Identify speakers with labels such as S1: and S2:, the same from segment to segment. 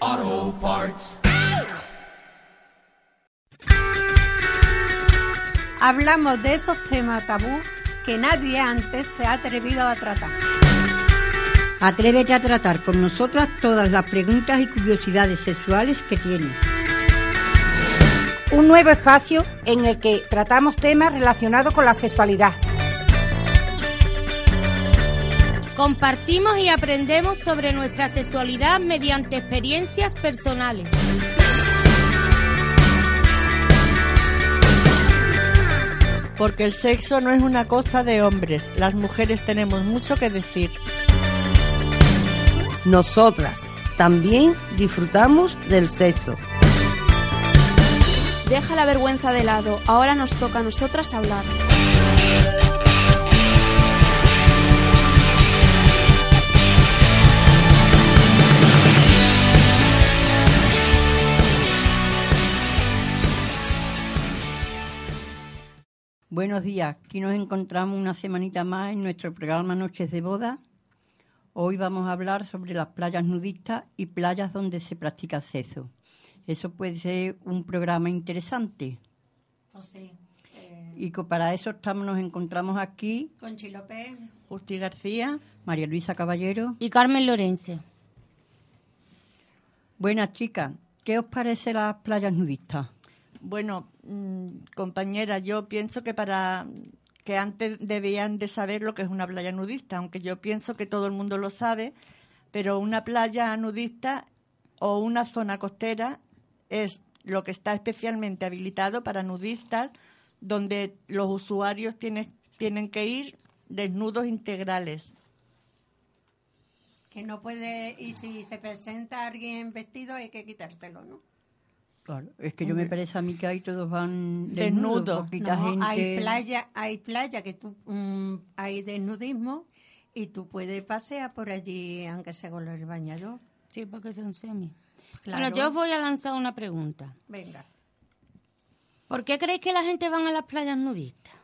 S1: Auto parts.
S2: hablamos de esos temas tabú que nadie antes se ha atrevido a tratar.
S3: Atrévete a tratar con nosotras todas las preguntas y curiosidades sexuales que tienes.
S4: un nuevo espacio en el que tratamos temas relacionados con la sexualidad.
S5: Compartimos y aprendemos sobre nuestra sexualidad mediante experiencias personales.
S6: Porque el sexo no es una cosa de hombres, las mujeres tenemos mucho que decir.
S7: Nosotras también disfrutamos del sexo.
S8: Deja la vergüenza de lado, ahora nos toca a nosotras hablar.
S3: Buenos días, aquí nos encontramos una semanita más en nuestro programa Noches de Boda. Hoy vamos a hablar sobre las playas nudistas y playas donde se practica sexo. Eso puede ser un programa interesante.
S5: Oh, Eh.
S3: Y que para eso estamos, nos encontramos aquí
S2: Con Chilope.
S6: Justi García,
S3: María Luisa Caballero.
S5: Y Carmen Lorense.
S3: Buenas chicas, ¿qué os parece las playas nudistas?
S6: bueno, mm, compañera, yo pienso que para que antes debían de saber lo que es una playa nudista, aunque yo pienso que todo el mundo lo sabe, pero una playa nudista o una zona costera es lo que está especialmente habilitado para nudistas, donde los usuarios tienen, tienen que ir desnudos integrales.
S2: Que no puede, y si se presenta alguien vestido hay que quitárselo, ¿no?
S3: Claro, es que yo me parece a mí que ahí todos van desnudos,
S6: Desnudos.
S3: poquita
S2: No,
S3: gente.
S2: hay playa, hay playa que tú, mm, hay desnudismo y tú puedes pasear por allí aunque sea con el bañador.
S5: Sí, porque son semi.
S2: Claro.
S5: Bueno, yo os voy a lanzar una pregunta.
S2: Venga.
S5: ¿Por qué creéis que la gente van a las playas nudistas?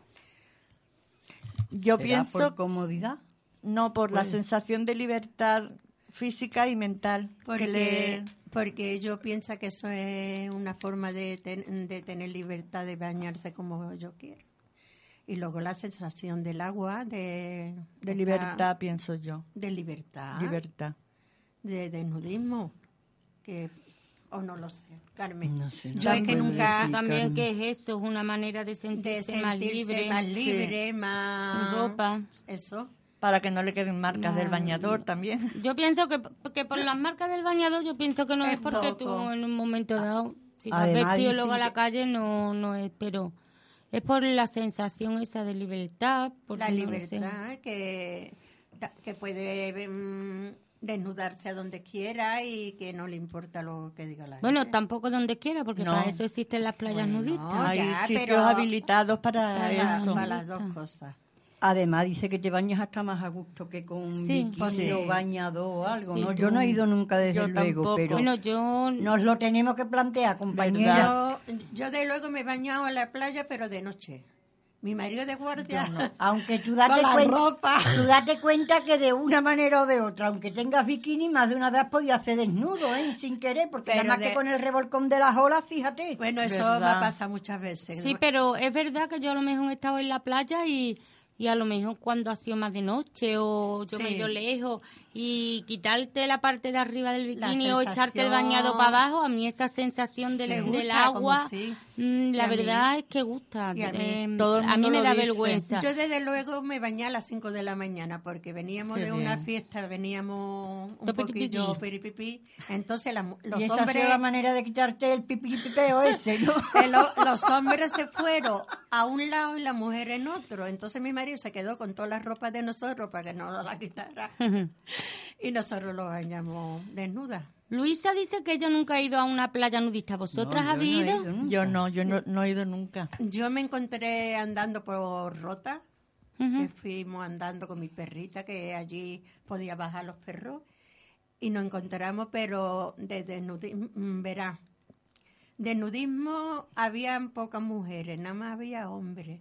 S6: Yo
S3: ¿Será
S6: pienso
S3: por comodidad.
S6: No, por la sensación de libertad física y mental.
S2: Porque,
S6: que le-
S2: porque yo pienso que eso es una forma de, ten- de tener libertad de bañarse como yo quiero. Y luego la sensación del agua, de...
S6: de
S2: esta-
S6: libertad, pienso yo.
S2: De libertad.
S6: Libertad.
S2: de desnudismo. Que, o no lo sé, Carmen.
S3: No sé, no
S2: yo es que
S3: puedo
S2: nunca...
S3: decir.
S5: Ah, También
S3: Carmen.
S5: que es eso, es una manera de
S2: De
S5: sentirse,
S2: sentirse
S5: más libre.
S2: más libre, más...
S5: Sin ropa.
S2: Eso.
S6: Para que no le queden marcas del bañador también.
S5: Yo pienso que, que por las marcas del bañador, yo pienso que no
S2: Es
S5: es porque tú
S2: poco.
S5: en un momento dado, si te has
S3: Además,
S5: vestido
S3: dicen
S5: luego a la
S3: que-
S5: calle, no, no es, pero es por la sensación esa de libertad. Por
S2: la
S5: no sé.
S2: libertad que, ta- que puede mm, desnudarse a donde quiera y que no le importa lo que diga la gente.
S5: Bueno, tampoco donde quiera, porque
S6: No.
S5: para eso existen las playas
S2: Bueno,
S5: nudistas.
S2: no,
S6: Hay
S2: ya,
S6: sitios
S2: pero-
S6: habilitados para
S2: para, la-
S6: eso.
S2: para las dos cosas.
S3: Además dice que te bañas hasta más a gusto que con
S5: Sí,
S3: bikini
S5: sí.
S3: o bañador o algo.
S5: Sí,
S3: ¿no?
S5: tú-
S3: Yo no he ido nunca desde
S6: Yo
S3: luego,
S6: tampoco.
S3: pero
S5: Bueno, yo
S3: nos lo tenemos que plantear, compañera.
S6: ¿Verdad?
S2: Yo, yo de luego me he bañado en la playa, pero de noche. Mi marido de guardia.
S3: Aunque tú date,
S2: Con la
S3: cuenta,
S2: ropa.
S3: tú date cuenta que de una manera o de otra, aunque tengas bikini, más de una vez podías hacer desnudo, ¿eh? sin querer, porque
S2: Pero
S3: nada más
S2: de-
S3: que con el revolcón de las olas, fíjate.
S2: Bueno, eso
S6: ¿Verdad?
S2: me ha pasado muchas veces.
S5: Sí, pero es verdad que yo a lo mejor he estado en la playa y, y a lo mejor cuando ha sido más de noche o yo me he
S2: Sí.
S5: ido lejos y quitarte la parte de arriba del
S2: La
S5: bikini o echarte el
S2: sensación.
S5: bañado para abajo, a mí esa sensación del,
S2: Sí.
S5: del
S2: Gusta, como
S5: agua,
S2: sí.
S5: mm,
S2: Y
S5: la
S2: a mí-
S5: verdad es que gusta.
S2: y a mí.
S5: Eh,
S6: Todo el
S5: a mí
S6: mundo
S5: me
S6: lo
S5: da
S6: dice.
S5: vergüenza.
S2: Yo desde luego me bañé a las 5 de la mañana porque veníamos
S6: Qué
S2: de una
S6: bien.
S2: fiesta, veníamos un
S5: Topiripipí.
S2: poquillo piripipí. Entonces la mu- los
S3: y esa
S2: hombres
S3: es la manera de quitarte el pipipipeo ese, ¿no?
S2: que lo- los hombres se fueron a un lado y la mujer en otro. Entonces mi marido se quedó con todas las ropas de nosotros para que no nos la quitara. y nosotros lo bañamos desnuda.
S5: Luisa dice que ella nunca ha ido a una playa nudista. ¿Vosotras
S3: No, yo
S5: habéis
S3: no he
S5: ido?
S3: ido, ¿no?
S6: Yo no, yo no, no he ido nunca.
S2: Yo me encontré andando por Rota,
S5: Ujú.
S2: que fuimos andando con mi perrita, que allí podía bajar los perros, y nos encontramos, pero de desnudismo, verá, de nudismo habían pocas mujeres, nada más había hombres.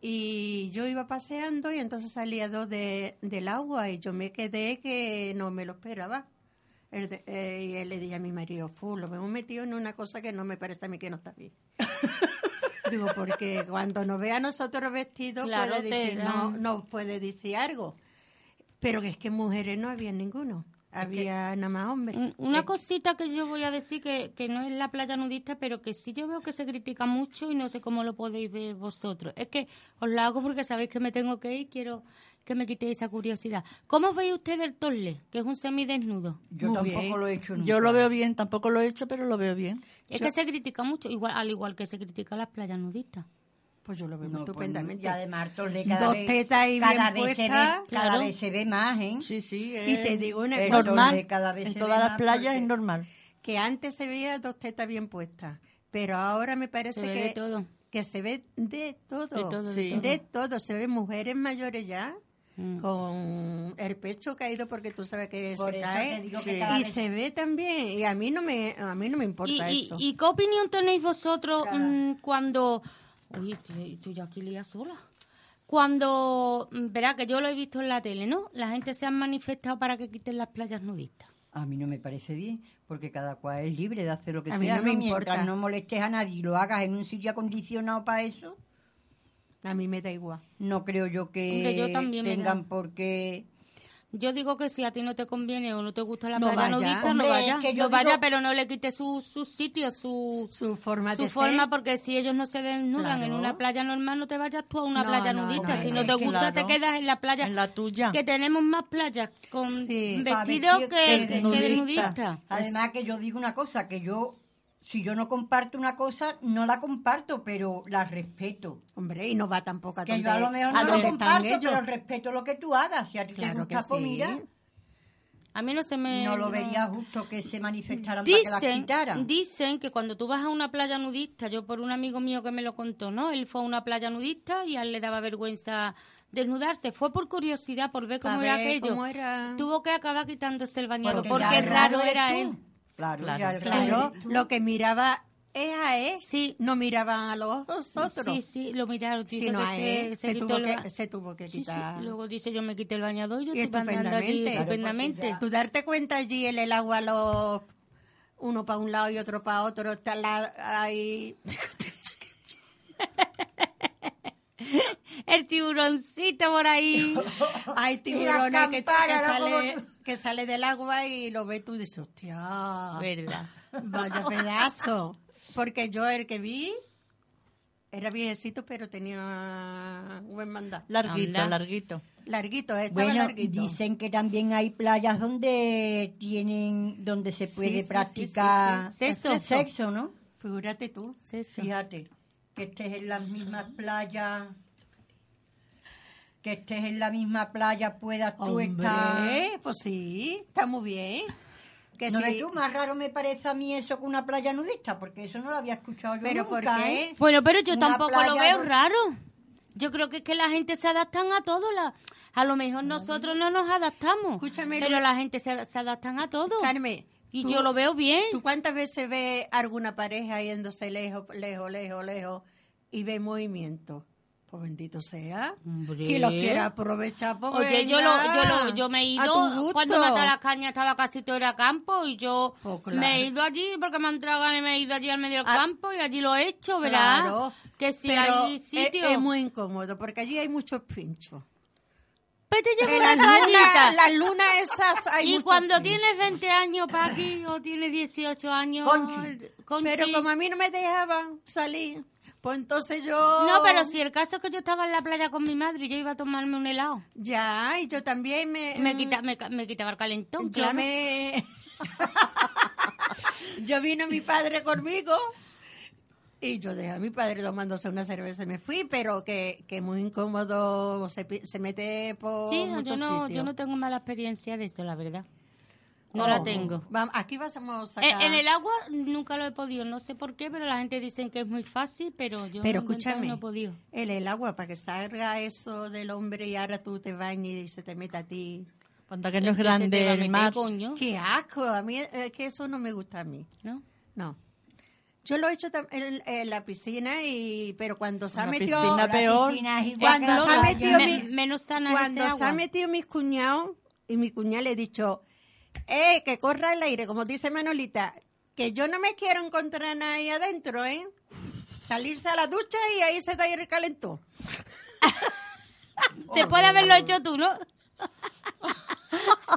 S2: Y yo iba paseando y entonces salía dos de, del agua y yo me quedé que no me lo esperaba. El de- eh, y él le dije a mi marido, "Fu, lo hemos metido en una cosa que no me parece a mí que no está bien. Digo, porque cuando nos ve a nosotros vestidos
S5: Claro,
S2: puede
S5: te
S2: decir,
S5: da-
S2: no, nos puede decir algo. Pero que es que mujeres no había ninguno. Había nada más hombres. Eh,
S5: Un- Una cosita que yo voy a decir que, que no es la playa nudista, pero que sí yo veo que se critica mucho y no sé cómo lo podéis ver vosotros. Es que os la hago porque sabéis que me tengo que ir, quiero que me quitéis esa curiosidad. ¿Cómo veis ustedes el torle, que es un semidesnudo?
S3: Yo
S6: Muy
S3: tampoco
S6: bien.
S3: lo he hecho nunca.
S6: Yo lo veo bien, tampoco lo he hecho, pero lo veo bien.
S5: Es que se critica mucho, igual al igual que se critica las playas nudistas.
S2: Pues yo lo veo
S3: No, pues,
S2: estupendamente.
S3: y además, Torle, cada
S2: Dos
S3: vez,
S2: tetas ahí
S3: cada
S2: bien
S3: vez se ve,
S2: puestas,
S3: cada
S5: claro.
S3: vez se ve más, ¿eh?
S6: Sí, sí.
S2: Y
S6: es
S2: te digo una
S3: Pero
S2: cosa.
S6: normal.
S3: sobre cada vez
S6: en
S3: se
S6: todas
S3: ve
S6: las
S3: más
S6: playas
S3: porque-
S6: es normal.
S2: que antes se veía dos tetas bien puestas, pero ahora me parece
S5: Se ve
S2: que,
S5: de todo.
S2: que se ve de todo.
S5: De todo,
S6: de
S5: Mm.
S6: Sí. todo.
S2: De todo. Se ven mujeres mayores ya con el pecho caído porque tú sabes que
S3: Por
S2: se
S3: eso
S2: cae
S3: te digo que cada
S2: y
S3: vez-
S2: se ve también y a mí no me a mí no me
S5: ¿Y,
S2: importa
S5: y-
S2: eso
S5: y qué opinión tenéis vosotros mm, cuando... Uy, estoy, estoy yo aquí lía sola. Cuando, mm, verá que yo lo he visto en la tele, ¿no? La gente se ha manifestado para que quiten las playas nudistas.
S3: A mí no me parece bien, porque cada cual es libre de hacer lo que
S2: A mí
S3: sea.
S2: no me importa.
S3: Mientras no molestes a nadie y lo hagas en un sitio acondicionado para eso,
S2: a mí me da igual
S3: no creo yo que
S5: Hombre, yo también me
S3: tengan
S5: da-
S3: por qué...
S5: Yo digo que si a ti no te conviene o no te gusta la
S2: No
S5: playa
S2: vaya.
S5: nudista,
S3: Hombre,
S5: no
S3: es
S5: vaya.
S3: que yo
S5: no vaya,
S3: digo-
S5: pero no le quites su, su sitio, su,
S2: su forma
S5: su
S2: de
S5: forma,
S2: ser
S5: porque si ellos no se desnudan
S3: Claro.
S5: en una playa normal, no te vayas tú a una
S2: No,
S5: playa
S2: no,
S5: nudista.
S2: no,
S5: si
S2: no,
S5: no te
S6: es que
S5: gusta,
S6: claro.
S5: te quedas en la playa.
S6: En la tuya.
S5: Que tenemos más playas con
S2: Sí.
S3: Pa'
S5: vestidos
S3: vestir
S5: que,
S6: que
S5: que,
S6: nudista.
S5: desnudistas.
S3: Además que yo digo una cosa, que yo, si yo no comparto una cosa, no la comparto, pero la respeto.
S2: hombre y no va tampoco a
S3: Que
S2: donde,
S3: yo a lo mejor
S2: a
S3: no lo
S2: donde están
S3: comparto,
S2: ellos
S3: pero respeto lo que tú hagas. Si a ti te
S2: Claro que
S3: gusta, pues
S2: sí.
S3: mira,
S5: A mí no se me...
S3: no lo vería justo que se manifestaran para que las
S5: Dicen,
S3: quitaran.
S5: dicen que cuando tú vas a una playa nudista, yo por un amigo mío que me lo contó, ¿no? Él fue a una playa nudista y a él le daba vergüenza desnudarse. Fue por curiosidad, por ver cómo
S2: A
S5: era
S2: ver
S5: aquello.
S2: cómo era.
S5: Tuvo que acabar quitándose el bañado porque,
S3: ya
S5: raro
S3: es
S5: era
S3: tú.
S5: él.
S3: Claro,
S6: Claro,
S3: ya el raro
S2: claro
S3: eres tú.
S2: lo que miraba es a él
S5: Sí.
S2: no miraban a los otros
S5: Sí, sí, lo miraron. dice
S2: sino
S5: que
S2: a
S5: se-
S2: él
S5: se
S2: se,
S5: quitó
S2: tuvo
S5: el ba-
S2: que, se tuvo que
S5: Sí, sí.
S2: quitar
S5: Luego dice, yo me quité el bañador y yo
S2: Y
S5: estoy andando allí
S2: estupendamente.
S5: estupendamente.
S2: Tú darte cuenta allí en el agua los uno para un lado y otro para otro, está la, ahí
S5: El tiburoncito por ahí.
S2: hay
S3: Y
S2: tiburones
S3: la
S2: que, que
S3: campana, ¿no?
S2: sale
S3: Como-
S2: que sale del agua y lo ves tú y dices, hostia,
S5: Verdad.
S2: vaya pedazo. Porque yo el que vi era viejecito pero tenía buen mandado.
S6: Larguito,
S5: Anda.
S6: larguito.
S2: Larguito, estaba
S3: Bueno,
S2: larguito.
S3: dicen que también hay playas donde tienen, donde se
S2: Sí,
S3: puede
S2: sí, sí,
S3: practicar
S2: sí, sí.
S3: Sexo,
S2: Sexo.
S3: sexo, ¿no?
S2: Figúrate tú.
S5: Eso.
S3: Fíjate, que estés en las mismas playas, que estés en la misma playa, puedas tú estar...
S2: Hombre, pues sí, está muy bien. Que
S3: ¿No
S2: si-
S3: ves tú? Más raro me parece a mí eso que una playa nudista, porque eso no lo había escuchado yo
S2: Pero ¿por
S3: nunca,
S2: qué?
S3: ¿eh?
S5: Bueno, pero yo
S3: Una
S5: tampoco lo
S3: playa
S5: veo
S3: donde-
S5: raro. Yo creo que es que la gente se adaptan a todo. La... A lo mejor nosotros no nos adaptamos.
S2: Escúchame,
S5: pero
S2: Lu-
S5: la gente se, se adaptan a todo.
S2: Carmen,
S5: y
S2: tú-
S5: yo lo veo bien.
S2: ¿Tú cuántas veces ves alguna pareja yéndose lejos, lejos, lejos, lejos y ve movimiento? Pues bendito sea.
S5: Hombre.
S2: Si lo quieres aprovechar, pues
S5: Oye, yo, lo, yo, lo- yo me he
S2: a tu
S5: ido
S2: gusto.
S5: cuando Mata las Cañas estaba casi todo era campo y yo
S2: Oh, claro. Ah.
S5: me he ido allí porque me han entrado ganas y me he ido allí al medio del campo y allí lo he hecho, ¿verdad?
S2: Claro,
S5: que si
S2: pero
S5: hay
S2: es-
S5: sitio...
S2: Es, muy incómodo porque allí hay muchos pinchos.
S5: Vete ya
S2: En
S5: con
S2: la
S5: Pues la
S2: luna,
S5: playita.
S2: la luna esas hay
S5: y
S2: muchos
S5: cuando
S2: pinchos.
S5: tienes 20 años, Paqui, o tienes 18 años,
S3: Conchi.
S5: Conchi.
S2: Pero como a mí no me dejaban salir, pues entonces yo...
S5: No, pero si el caso es que yo estaba en la playa con mi madre y yo iba a tomarme un helado.
S2: Ya, y yo también me...
S5: Me, quita, me, ca- me quitaba el calentón,
S2: Mm. yo
S5: claro.
S2: me... yo vino mi padre conmigo y yo dejé a mi padre tomándose una cerveza y me fui, pero que, que muy incómodo, se, pi- se mete por
S5: Sí, yo
S2: muchos
S5: no,
S2: sitios. Oh.
S5: yo no tengo mala experiencia de eso, la verdad. No la tengo. Eh,
S2: Vam- aquí vamos a
S5: En,
S2: sacar...
S5: en el agua nunca lo he podido, no sé por qué, pero la gente dice que es muy fácil, pero yo
S2: Pero
S5: lo he intentado y
S2: escúchame,
S5: no he podido.
S2: el, el agua, para que salga eso del hombre y ahora tú te bañes y se te meta a ti.
S6: Cuando que no es
S5: Que se te va
S6: grande
S5: a
S6: el
S5: meter,
S6: mar.
S5: coño,
S2: ¡Qué asco! A mí eh, que eso no me gusta a mí.
S5: ¿no?
S2: No. Yo lo he hecho tam- en, en la piscina, y pero cuando se ha metido...
S6: piscina peor.
S3: ¿eh?
S2: Cuando se ha metido, mi-
S5: Me- menos sana es
S2: cuando
S5: ese
S2: se
S5: agua.
S2: ha metido mis cuñados y mi cuñada le he dicho, eh, que corra el aire, como dice Manolita, que yo no me quiero encontrar a nadie adentro, ¿eh? Salirse a la ducha y ahí se te recalentó.
S5: Te puede haberlo hecho tú, ¿no?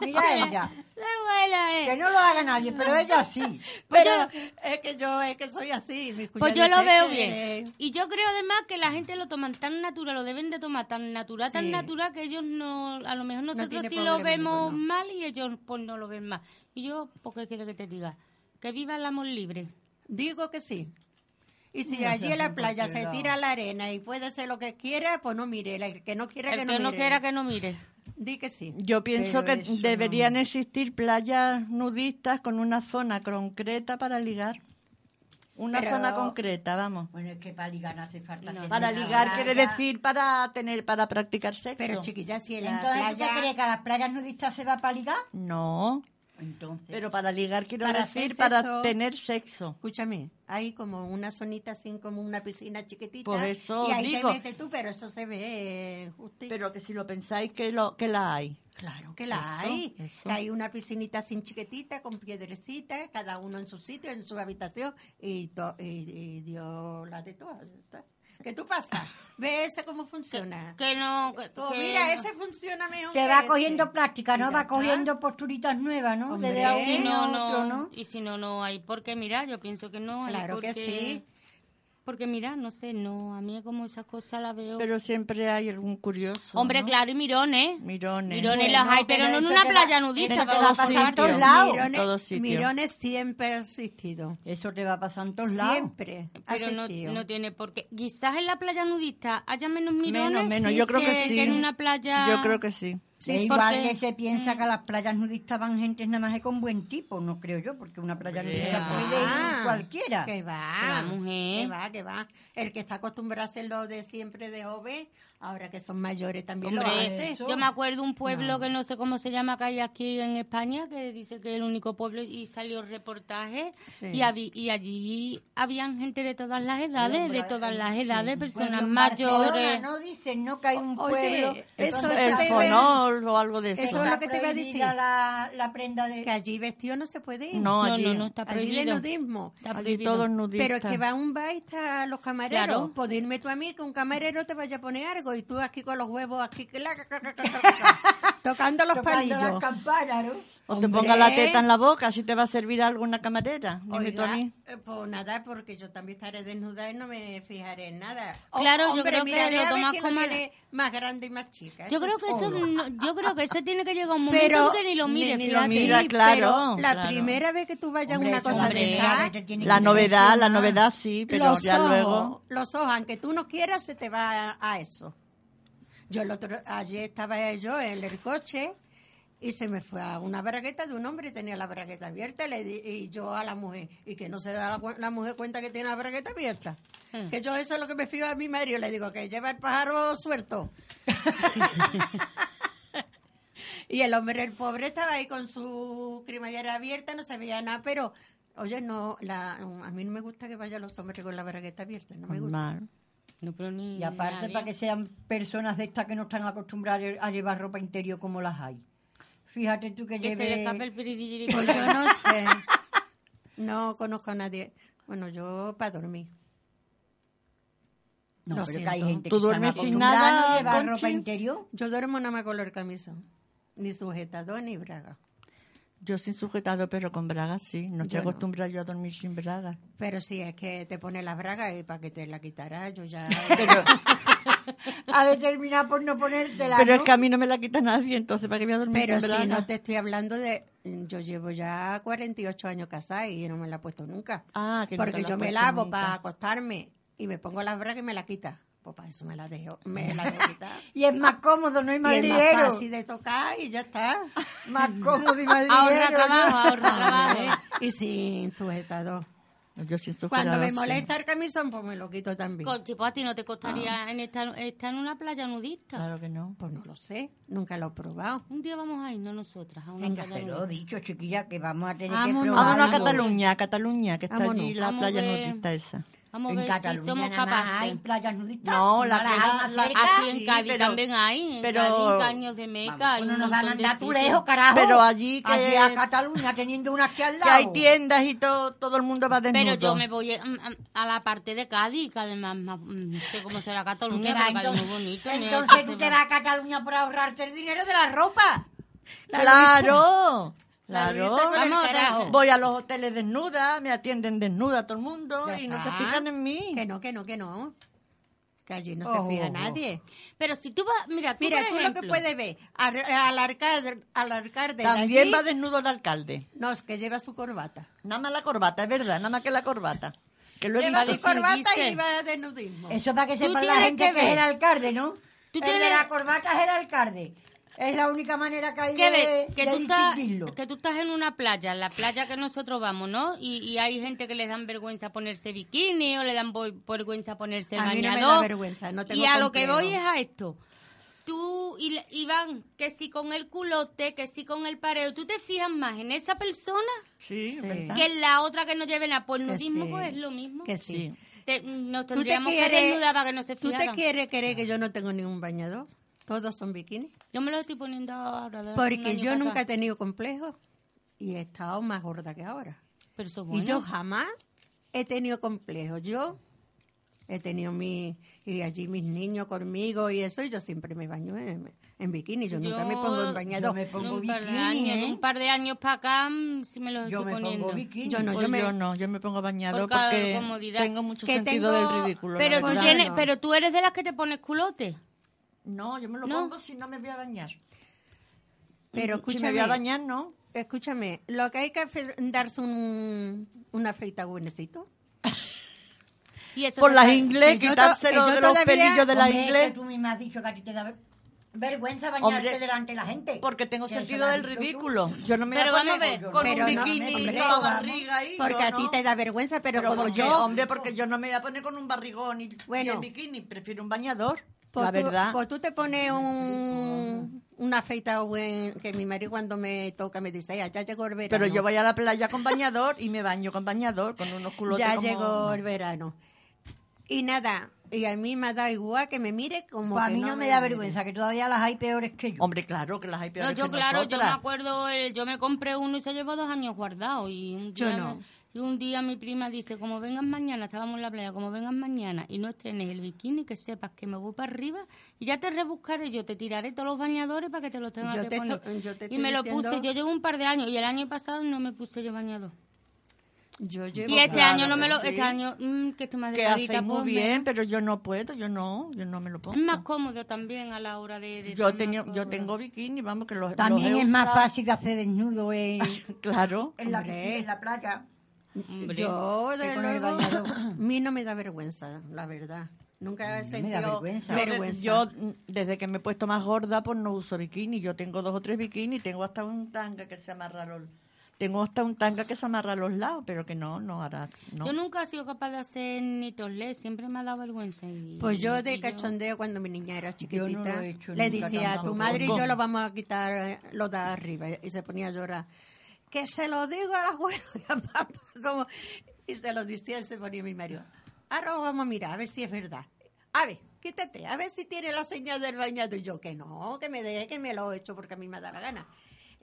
S3: Mira ella.
S5: La abuela, eh.
S3: Que no lo haga nadie, pero ella sí.
S5: Pues
S2: Pero es que yo es que soy así. mis
S5: Pues
S2: cuñadas
S5: yo lo
S2: dicen
S5: veo
S2: que-
S5: bien. Y yo creo además que la gente lo toman tan natural, lo deben de tomar tan natural,
S2: Sí.
S5: tan natural que ellos no, a lo mejor nosotros
S2: tiene
S5: sí
S2: problema
S5: lo vemos
S2: ninguno.
S5: mal y ellos pues no lo ven mal. Y yo, ¿por qué quiero que te diga? Que viva el amor libre.
S2: Digo que sí. Y si allí en la playa se tira la arena y puede ser lo que quiera, pues no mire. El que no quiera,
S5: El
S2: que
S5: que
S2: no mire.
S5: no quiera que no mire.
S2: Di que sí.
S6: Yo pienso
S9: Pero
S6: que
S9: eso
S6: deberían existir playas nudistas con una zona concreta para ligar. Una
S2: Pero-
S6: zona concreta, vamos.
S3: Bueno, es que para ligar no hace falta que
S6: Para
S3: sea
S6: ligar
S3: una
S6: quiere
S3: playa.
S6: decir para tener para practicar sexo.
S2: Pero chiquilla, si en la
S3: Entonces, ¿tú te
S2: playa...
S3: crees que a las playas nudistas se va para ligar?
S6: No,
S3: Entonces.
S6: pero para ligar quiero
S2: Para
S6: decir
S2: hacer
S6: para
S2: sexo.
S6: tener sexo.
S2: Escúchame, hay como una zonita así, como una piscina chiquitita.
S6: Por eso
S2: y ahí
S6: digo.
S2: te metes tú, pero eso se ve eh, justi-
S6: Pero que si lo pensáis que lo que la hay.
S2: claro que la
S6: eso,
S2: hay.
S6: eso.
S2: Que hay una piscinita así chiquitita, con piedrecitas, cada uno en su sitio, en su habitación, y, to- y- y dio la de todas. ya está. ¿Qué tú pasa? Ve ese cómo funciona.
S5: Que no. Que,
S2: Tú,
S5: que
S2: Oh, mira,
S5: no.
S2: ese funciona mejor.
S3: Te
S2: que
S3: va
S2: este.
S3: cogiendo práctica, ¿no?
S2: Mira,
S3: Va cogiendo posturitas nuevas, ¿no?
S2: Hombre,
S3: Desde a
S5: Y si
S3: uno
S5: no,
S3: a
S5: no,
S3: otro, ¿no?
S5: Y si no, no hay. Porque mira, yo pienso que no hay.
S2: Claro que
S5: porque,
S2: sí.
S5: Porque mira, no sé, no. A mí como esas cosas las veo.
S6: Pero siempre hay algún curioso.
S5: Hombre,
S6: ¿no?
S5: claro, y mirones.
S6: Mirones.
S5: Mirones
S3: Bueno,
S5: las hay, pero,
S3: pero
S5: no en
S3: eso
S5: una
S3: te va-
S5: playa
S3: eso
S5: nudista.
S3: te
S5: vamos
S3: va a
S5: a
S3: pasar en
S5: pasar
S3: todos lados.
S6: En todos
S2: Mirones,
S6: sitios.
S2: Mirones siempre ha existido.
S3: Eso te va a pasar en todos lados.
S2: Siempre ha
S5: Pero
S2: existido.
S5: no, no tiene por qué. Quizás en la playa nudista haya menos mirones
S6: menos, menos. Yo creo que, sí.
S5: en una playa...
S6: Yo creo que sí.
S5: Sí,
S3: es
S5: porque-
S3: igual que se piensa que a las playas nudistas van gentes nada más que con buen tipo, no creo yo, porque una playa nudista puede
S6: Ah.
S3: ir cualquiera.
S2: Ah. Que va.
S5: Que va, mujer.
S2: Que va, que va. El que está acostumbrado a hacerlo de siempre de joven, ahora que son mayores también lo
S5: Hombre,
S2: hace.
S5: yo me acuerdo un pueblo que no sé cómo se llama que hay aquí en España, que dice que es el único pueblo y salió reportaje
S2: Sí.
S5: y, habi- y allí habían gente de todas las edades, de todas las edades, personas
S3: Pueblos en Barcelona,
S5: mayores.
S3: no dicen, no, que hay un
S2: Oye,
S3: pueblo. que
S2: eso
S3: cuando
S2: es
S3: se
S6: Eh, El
S2: te
S3: hace-
S2: iba a decir.
S6: fonol o algo de eso.
S2: Eso es lo que te iba a
S3: prohibida
S2: decir.
S3: La, la prenda de...
S2: Que allí vestido no se puede ir.
S6: No,
S5: No,
S6: allí,
S5: no, no, está
S2: allí de
S5: prohibido.
S2: nudismo.
S5: Está
S6: allí
S5: prohibido.
S6: todos nudistas.
S2: Pero es que va a un bar y está los camareros.
S5: Claro.
S2: Pues dime tú a mí que un camarero te vaya a poner algo y tú aquí con los huevos aquí clac, clac, clac, clac, clac, tocando los
S3: tocando las
S2: palillos.
S3: campanas, ¿no?
S6: O te
S2: Hombre.
S6: ponga la teta en la boca, si te va a servir algo una camarera. Dime tú a
S2: Oiga,
S6: mí.
S2: eh, pues nada, porque yo también estaré desnuda y no me fijaré en nada.
S5: Claro, yo creo que
S2: miraré
S5: lo
S2: a ver
S5: tomas
S2: quién lo
S5: como-
S2: tiene más grande y más chica.
S5: Yo creo que eso,
S2: solo.
S5: no- yo creo que eso tiene que llegar un momento
S2: pero
S5: que ni lo mire,
S2: ni- ni
S5: fíjate.
S6: mire. Mira,
S2: sí,
S6: claro,
S2: pero la
S6: claro.
S2: primera vez que tú vayas a una
S3: eso,
S2: cosa
S5: hombre,
S2: de
S3: claro,
S2: esa,
S3: te tiene
S6: La
S3: que
S6: novedad, la
S3: impresionar.
S6: novedad sí, pero
S2: los
S6: ya
S2: ojos,
S6: luego.
S2: los ojos, aunque tú no quieras, se te va a, a eso. Yo el otro, ayer estaba yo en el coche y se me fue a una bragueta de un hombre, tenía la bragueta abierta le di- y yo a la mujer, y que no se da la, cu- la mujer cuenta que tiene la bragueta abierta.
S6: Hmm.
S2: Que yo eso es lo que me fijo a mi marido, le digo que lleva el pájaro suelto. Y el hombre, el pobre, estaba ahí con su cremallera abierta, no se veía nada, pero, oye, no, la, a mí no me gusta que vayan los hombres con la bragueta abierta, no me gusta.
S6: Mal.
S5: No, pero ni-
S3: Y aparte
S5: nadie.
S3: para que sean personas de estas que no están acostumbradas a llevar ropa interior como las hay. Fíjate tú que,
S5: Que se
S3: lleve...
S5: le escape el piriri.
S2: Pues yo no sé, no conozco a nadie. Bueno, yo para dormir.
S3: No,
S2: Lo
S3: pero que hay
S2: siento.
S3: gente
S6: Tú
S3: que
S6: duermes
S3: están
S6: sin
S3: acostumbradas
S6: nada,
S3: a llevar
S6: Conchi.
S3: ropa interior.
S2: Yo duermo nada más con el camisón, ni sujetador ni braga.
S6: Yo sin sujetado, pero con bragas sí. No estoy
S2: Yo no.
S6: acostumbrada yo a dormir sin bragas.
S2: Pero si es que te pone la braga y para que te la quitarás, yo ya...
S3: A determinar por no ponértela,
S6: Pero
S3: ¿no?
S6: es que a mí no me la quita nadie, entonces ¿para qué voy a dormir
S2: Pero
S6: sin
S2: si
S6: bragas?
S2: no te estoy hablando de... Yo llevo ya 48 años casada y no me la he puesto nunca.
S6: Ah, que no te
S2: Porque
S6: la
S2: yo
S6: has
S2: me
S6: puesto
S2: lavo
S6: nunca.
S2: para acostarme y me pongo las bragas y me la quita. Pues para eso me la dejo, me la dejo quitar.
S3: Y es más cómodo, no hay más
S2: Y es
S3: dinero.
S2: más fácil de tocar y ya está.
S3: Más cómodo y más
S5: Ahorra
S3: dinero, ¿no?
S5: trabajo, ahorra trabajo.
S2: Y sin sujetador.
S6: Yo sin
S2: Cuando
S6: sujetador,
S2: me
S6: sí.
S2: molesta el camisón, pues me lo quito también.
S5: Conchi, pues a ti no te costaría en estar, estar en una playa nudista.
S6: Claro que no.
S2: Pues no lo sé, nunca lo he probado.
S5: Un día vamos a irnos nosotras a una
S3: Venga,
S5: playa
S3: pero
S5: nudista.
S3: dicho, chiquilla, que vamos a tener
S2: Vámonos.
S3: que probar.
S6: Vámonos a
S2: Vámonos.
S6: Cataluña, a Cataluña, que está
S2: Vámonos.
S6: allí la
S5: Vamos
S6: playa
S5: a ver.
S6: nudista esa.
S5: Vamos a
S3: en
S5: ver
S3: Cataluña
S5: si somos
S3: nada más
S5: capaces.
S3: hay playas nudistas.
S6: No, la
S3: las
S6: que
S3: hay
S6: da-
S3: más
S6: la-
S3: cerca.
S5: Aquí en
S6: sí,
S5: Cádiz
S6: pero-
S5: también hay, en
S6: pero-
S5: Cádiz, en Caños de Meca, hay
S3: Bueno,
S5: un
S3: nos van a
S5: montón de
S3: andar
S5: sitios.
S3: turejo, carajo.
S6: Pero allí que-
S3: Allí a Cataluña, teniendo una aquí al lado.
S6: Que hay tiendas y todo, todo el mundo va desnudo.
S5: Pero yo me voy a, a- a la parte de Cádiz, que además más- no sé cómo será
S3: Tú
S5: Cataluña,
S3: te vas,
S5: pero Cádiz es
S3: entonces,
S5: muy bonito. ¿no?
S3: entonces
S5: Se
S3: tú te
S5: va-
S3: vas a Cataluña por ahorrarte el dinero de la ropa.
S6: Claro,
S2: La
S6: claro.
S2: Luisa con el
S5: Vamos,
S2: carajo.
S5: Luisa.
S6: Voy a los hoteles desnuda, me atienden desnuda todo el mundo
S2: Ya
S6: y no se
S2: está.
S6: fijan en mí.
S2: Que no, que no, que no. Que allí no
S3: Ojo,
S2: se fija
S3: ojo.
S2: nadie.
S5: Pero si tú vas, mira, tú,
S2: Mira,
S5: por
S2: tú lo que
S5: ejemplo,
S2: puedes ver,
S3: Ah,
S2: al, al alcalde, al alcalde de
S6: También
S2: allí,
S6: va desnudo el alcalde.
S2: no, es que lleva su corbata.
S6: Nada más la corbata, es verdad, nada más que la corbata. Que lo he
S2: Lleva
S6: visto.
S2: su corbata
S5: distinguirse.
S2: y va de nudismo.
S3: Eso para que
S5: Tú
S3: sepa la
S5: tienes
S3: gente
S5: que
S3: que, es
S5: ver.
S3: el alcalde, ¿no?
S5: Tú
S3: el
S5: tienes-
S3: de la corbata es el alcalde. Es la única manera que hay
S5: ¿qué
S3: de,
S5: ves? que,
S3: de
S5: tú estás,
S3: distinguirlo.
S5: que tú estás en una playa, en la playa que nosotros vamos, ¿no? Y, y hay gente que les dan vergüenza ponerse bikini o le dan boi- vergüenza ponerse el
S2: A mí no me
S5: bañador.
S2: da vergüenza, no tengo
S5: Y a lo que
S2: complejo.
S5: voy es a esto. Tú, y la- Iván, que si con el culote, que si con el pareo, ¿tú te fijas más en esa persona
S6: Sí, es
S2: Sí.
S6: verdad.
S5: que en la otra que no lleve nada? Pues
S2: ¿Ah? Que
S5: nudismo
S2: sí.
S5: pues es lo mismo.
S2: Que sí.
S5: Te- nos
S2: ¿Tú te,
S5: tendríamos que
S2: quieres,
S5: desnudar para que no se
S2: ¿Tú
S5: fijaran.
S2: te quieres creer que yo no tengo ningún bañador? Todos son bikinis.
S5: Yo me lo estoy poniendo ahora. de hace un
S2: Porque
S5: año
S2: yo
S5: para
S2: nunca he
S5: acá.
S2: tenido complejos y he estado más gorda que ahora.
S5: Pero eso es
S2: Y
S5: bueno.
S2: yo jamás he tenido complejos. Yo he tenido mi, y allí mis niños conmigo y eso, y yo siempre me baño en, en bikini. Yo, nunca me pongo en bañador.
S3: yo me pongo
S5: un par de
S3: bikini,
S5: años,
S3: ¿eh?
S5: de un par de años para acá, mm, sí me los
S3: Yo
S5: estoy
S3: me
S5: poniendo.
S3: pongo bikini.
S2: Yo no,
S6: Pues
S2: yo me...
S6: yo no, yo me pongo bañador
S5: Por cada
S6: porque
S5: comodidad.
S6: tengo mucho
S2: Que
S6: sentido
S2: tengo-
S6: del ridículo. la
S5: Pero tú,
S6: verdad.
S5: tienes,
S2: no.
S5: pero tú eres de las que te pones culote.
S6: No, yo me lo
S5: No.
S6: pongo si no me voy a bañar.
S2: Pero
S6: Si me
S2: escúchame,
S6: voy a bañar, no.
S2: escúchame, lo que hay que hacer es darse un, una afeita buenecito.
S5: Y eso
S6: Por
S5: se
S6: las
S5: sabe.
S2: que
S6: ingles,
S2: yo to-
S6: quitárselo
S2: que yo
S6: de los
S2: todavía-
S6: pelillos de la
S3: Hombre,
S6: inglés.
S3: que tú misma has dicho que a ti te da ver- vergüenza bañarte
S6: Hombre,
S3: delante de la gente.
S6: Porque tengo
S3: Que eso
S6: sentido
S3: lo has
S6: del
S3: dicho tú.
S6: ridículo. Yo no me
S5: Pero
S6: voy a
S5: vamos a
S6: poner
S5: ver,
S6: con un
S2: pero no,
S6: bikini
S2: hombre,
S6: con la
S2: vamos,
S6: barriga ahí.
S2: Porque
S6: yo
S2: a ti
S6: no.
S2: te da vergüenza, pero,
S6: Pero
S2: como
S6: porque,
S2: yo...
S6: hombre, porque yo no me voy a poner con un barrigón y,
S2: Bueno.
S6: y el bikini. Prefiero un bañador,
S2: Pues
S6: la
S2: tú-
S6: verdad.
S2: pues tú te pones un, una afeita buen, que mi marido cuando me toca me dice, "Ay, ya llegó el verano.
S6: Pero yo voy a la playa con bañador y me baño con bañador, con unos culotes
S2: Ya
S6: como-
S2: llegó el verano. Y nada, y a mí me da igual que me mire como
S3: Pues a
S2: que
S3: mí no me da vergüenza, que todavía las hay peores que yo.
S6: Hombre, claro, que las hay peores
S5: No, yo
S6: que
S5: claro, yo me
S6: nosotras.
S5: acuerdo, el- yo me compré uno y se llevó dos años guardado. Y un
S2: Yo
S5: día,
S2: no.
S5: me- y un día mi prima dice, como vengas mañana, estábamos en la playa, como vengas mañana y no estrenes el bikini, que sepas que me voy para arriba y ya te rebuscaré, yo te tiraré todos los bañadores para que te los tengas
S2: Yo
S5: que
S2: te
S5: poner.
S2: estoy- yo te
S5: y
S2: estoy
S5: me lo
S2: diciendo-
S5: puse, yo llevo un par de años y el año pasado no me puse yo bañador.
S2: Yo llevo
S5: Y este
S2: claro.
S5: año no me lo,
S6: que
S5: este
S6: sí.
S5: año, mm, que estoy más
S6: Que
S5: delgadita,
S6: hacéis muy
S5: pues, me-
S6: bien, pero yo no puedo, yo no, yo no me lo
S5: Es
S6: pongo.
S5: más cómodo también a la hora de... de
S6: Yo,
S5: tomar
S6: tenía, yo
S5: cosas.
S6: tengo bikini, vamos, que los, los
S3: También
S6: he
S3: es más
S6: usado.
S3: fácil de hacer desnudo en,
S6: Claro.
S3: en, la,
S2: Hombre.
S3: piscina, en la playa.
S5: Hombre.
S2: Yo,
S3: Que
S2: de
S3: con el
S2: luego,
S3: bañador.
S2: a mí no me da vergüenza, la verdad. Nunca he
S3: me da
S2: sentido
S3: vergüenza.
S2: vergüenza.
S3: Yo
S6: Yo de- Yo, mm, desde que me he puesto más gorda, pues no uso bikini. Yo tengo dos o tres bikinis, tengo hasta un tanga que se amarra a los... Tengo hasta un tanga que se amarra a los lados, pero que no, no, ahora no.
S5: Yo nunca he sido capaz de hacer ni toslé, siempre me ha dado vergüenza. y-
S2: Pues yo
S5: y
S2: de cachondeo cuando mi niña era
S3: Yo no
S2: chiquitita,
S3: lo he hecho
S2: le
S3: nunca
S2: decía a tu
S3: tampoco.
S2: madre y yo lo vamos a quitar eh, lo de arriba y se ponía a llorar. Que se lo digo al abuelo y a papá como y se lo decía y se ponía mi marido. Ahora vamos a mirar a ver si es verdad. A ver, quítate, a ver si tiene la señal del bañado y yo que no, que me deje que me lo he hecho porque a mí me da la gana.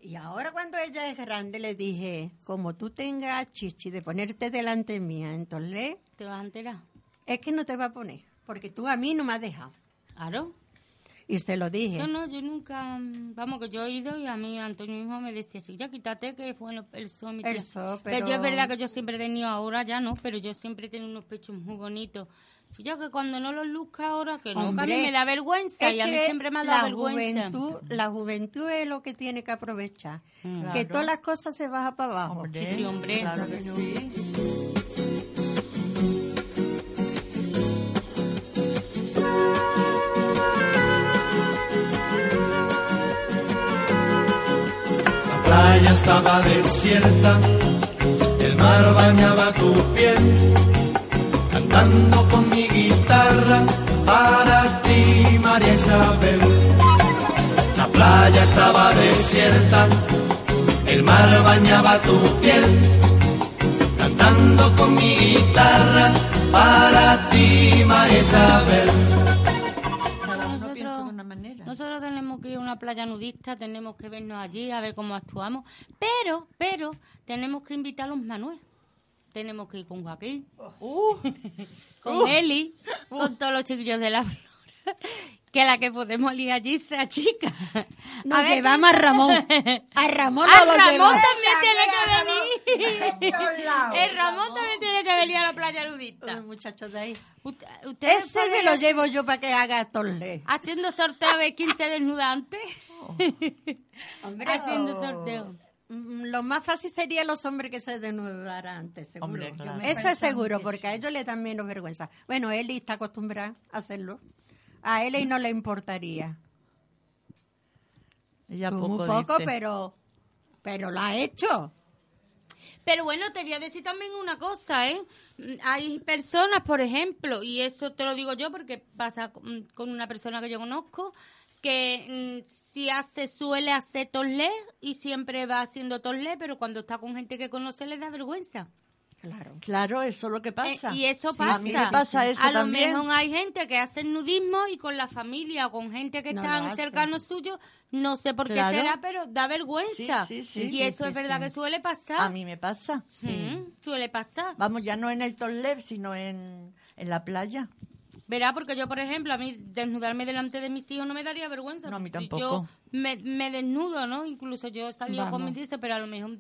S2: Y ahora cuando ella es grande le dije, como tú tengas chichi de ponerte delante mía, entonces
S5: ¿Te vas a enterar?
S2: es que no te va a poner, porque tú a mí no me has dejado.
S5: Claro.
S2: Y se lo dije.
S5: Yo no, yo nunca. mm, Vamos, que yo he ido y a mí Antonio mismo me decía así: ya quítate, que fue el- el sol, mi
S2: El
S5: tía".
S2: sol,
S5: yo es
S2: pero-
S5: verdad que yo siempre he tenido ahora, ya no, pero yo siempre he tenido unos pechos muy bonitos. Sí, ya que cuando no los luzca ahora, que no, que a mí
S2: Hombre,
S5: me da vergüenza
S2: es
S5: y a mí
S2: que
S5: siempre me ha dado
S2: la
S5: vergüenza.
S2: Juventud, la juventud es lo que tiene que aprovechar.
S5: Mm,
S2: Que todas las cosas se bajan para abajo.
S6: Hombre,
S5: Sí, sí, hombre.
S6: claro que sí.
S10: Out,
S1: estaba desierta, el mar bañaba tu piel, cantando con mi guitarra para ti, María Isabel. La playa estaba desierta, el mar bañaba tu piel, cantando con mi guitarra para ti, María Isabel.
S5: Nosotros tenemos que ir a una playa nudista, tenemos que vernos allí, a ver cómo actuamos. Pero, pero, tenemos que invitar a los Manuel. Tenemos que ir con Joaquín,
S2: Uh,
S5: con
S11: Uh.
S5: Eli, con todos los chiquillos de la flor. Que la que podemos ir allí sea chica.
S2: Nos
S5: ver,
S2: llevamos a Ramón. A Ramón
S5: A
S2: no lo
S5: Ramón
S2: llevamos.
S5: también tiene que
S2: Ramón.
S5: venir.
S2: De todos lados.
S5: El Ramón también tiene que venir a la playa nudista. Los
S2: muchachos de ahí.
S5: Ustedes
S2: Uh. Ese me lo llevo yo para que haga torle.
S5: Haciendo sorteo de 15 desnudantes.
S2: Hombre,
S5: Haciendo sorteo.
S2: Mm, Lo más fácil sería los hombres que se desnudaran antes, seguro.
S5: Hombre, claro.
S2: Yo me Eso es seguro, porque a ellos le dan menos vergüenza. Bueno, Eli está acostumbrada a hacerlo. A Eli no le importaría.
S6: Ella
S2: Tú
S6: poco
S2: muy poco,
S6: dice.
S2: pero, pero lo ha hecho.
S5: Pero bueno, te voy a decir también una cosa, ¿eh? Mm, Hay personas, por ejemplo, y eso te lo digo yo porque pasa con mm, con una persona que yo conozco, que mm, si hace, suele hacer toslé y siempre va haciendo toslé, pero cuando está con gente que conoce le da vergüenza.
S2: Claro.
S6: Claro, eso es lo que pasa.
S5: Eh, Y eso
S6: Sí,
S5: pasa.
S6: A mí me pasa eso
S5: A lo
S6: también.
S5: mejor hay gente que hace nudismo y con la familia o con gente que
S6: No lo
S5: están
S6: hace.
S5: cercanos suyos, no sé por qué
S6: Claro.
S5: será, pero da vergüenza.
S6: Sí, sí, sí,
S5: y
S6: sí,
S5: eso
S6: sí,
S5: es verdad
S6: sí.
S5: que suele pasar.
S6: A mí me pasa.
S5: Mm, suele pasar.
S6: Vamos, ya no en el Torlev, sino en, en la playa.
S5: Verá, porque yo, por ejemplo, a mí desnudarme delante de mis hijos no me daría vergüenza.
S6: No, a mí
S5: Si
S6: tampoco.
S5: Yo me, me desnudo, ¿no? Incluso yo he salido con
S6: Vamos.
S5: mis tíos, pero a lo mejor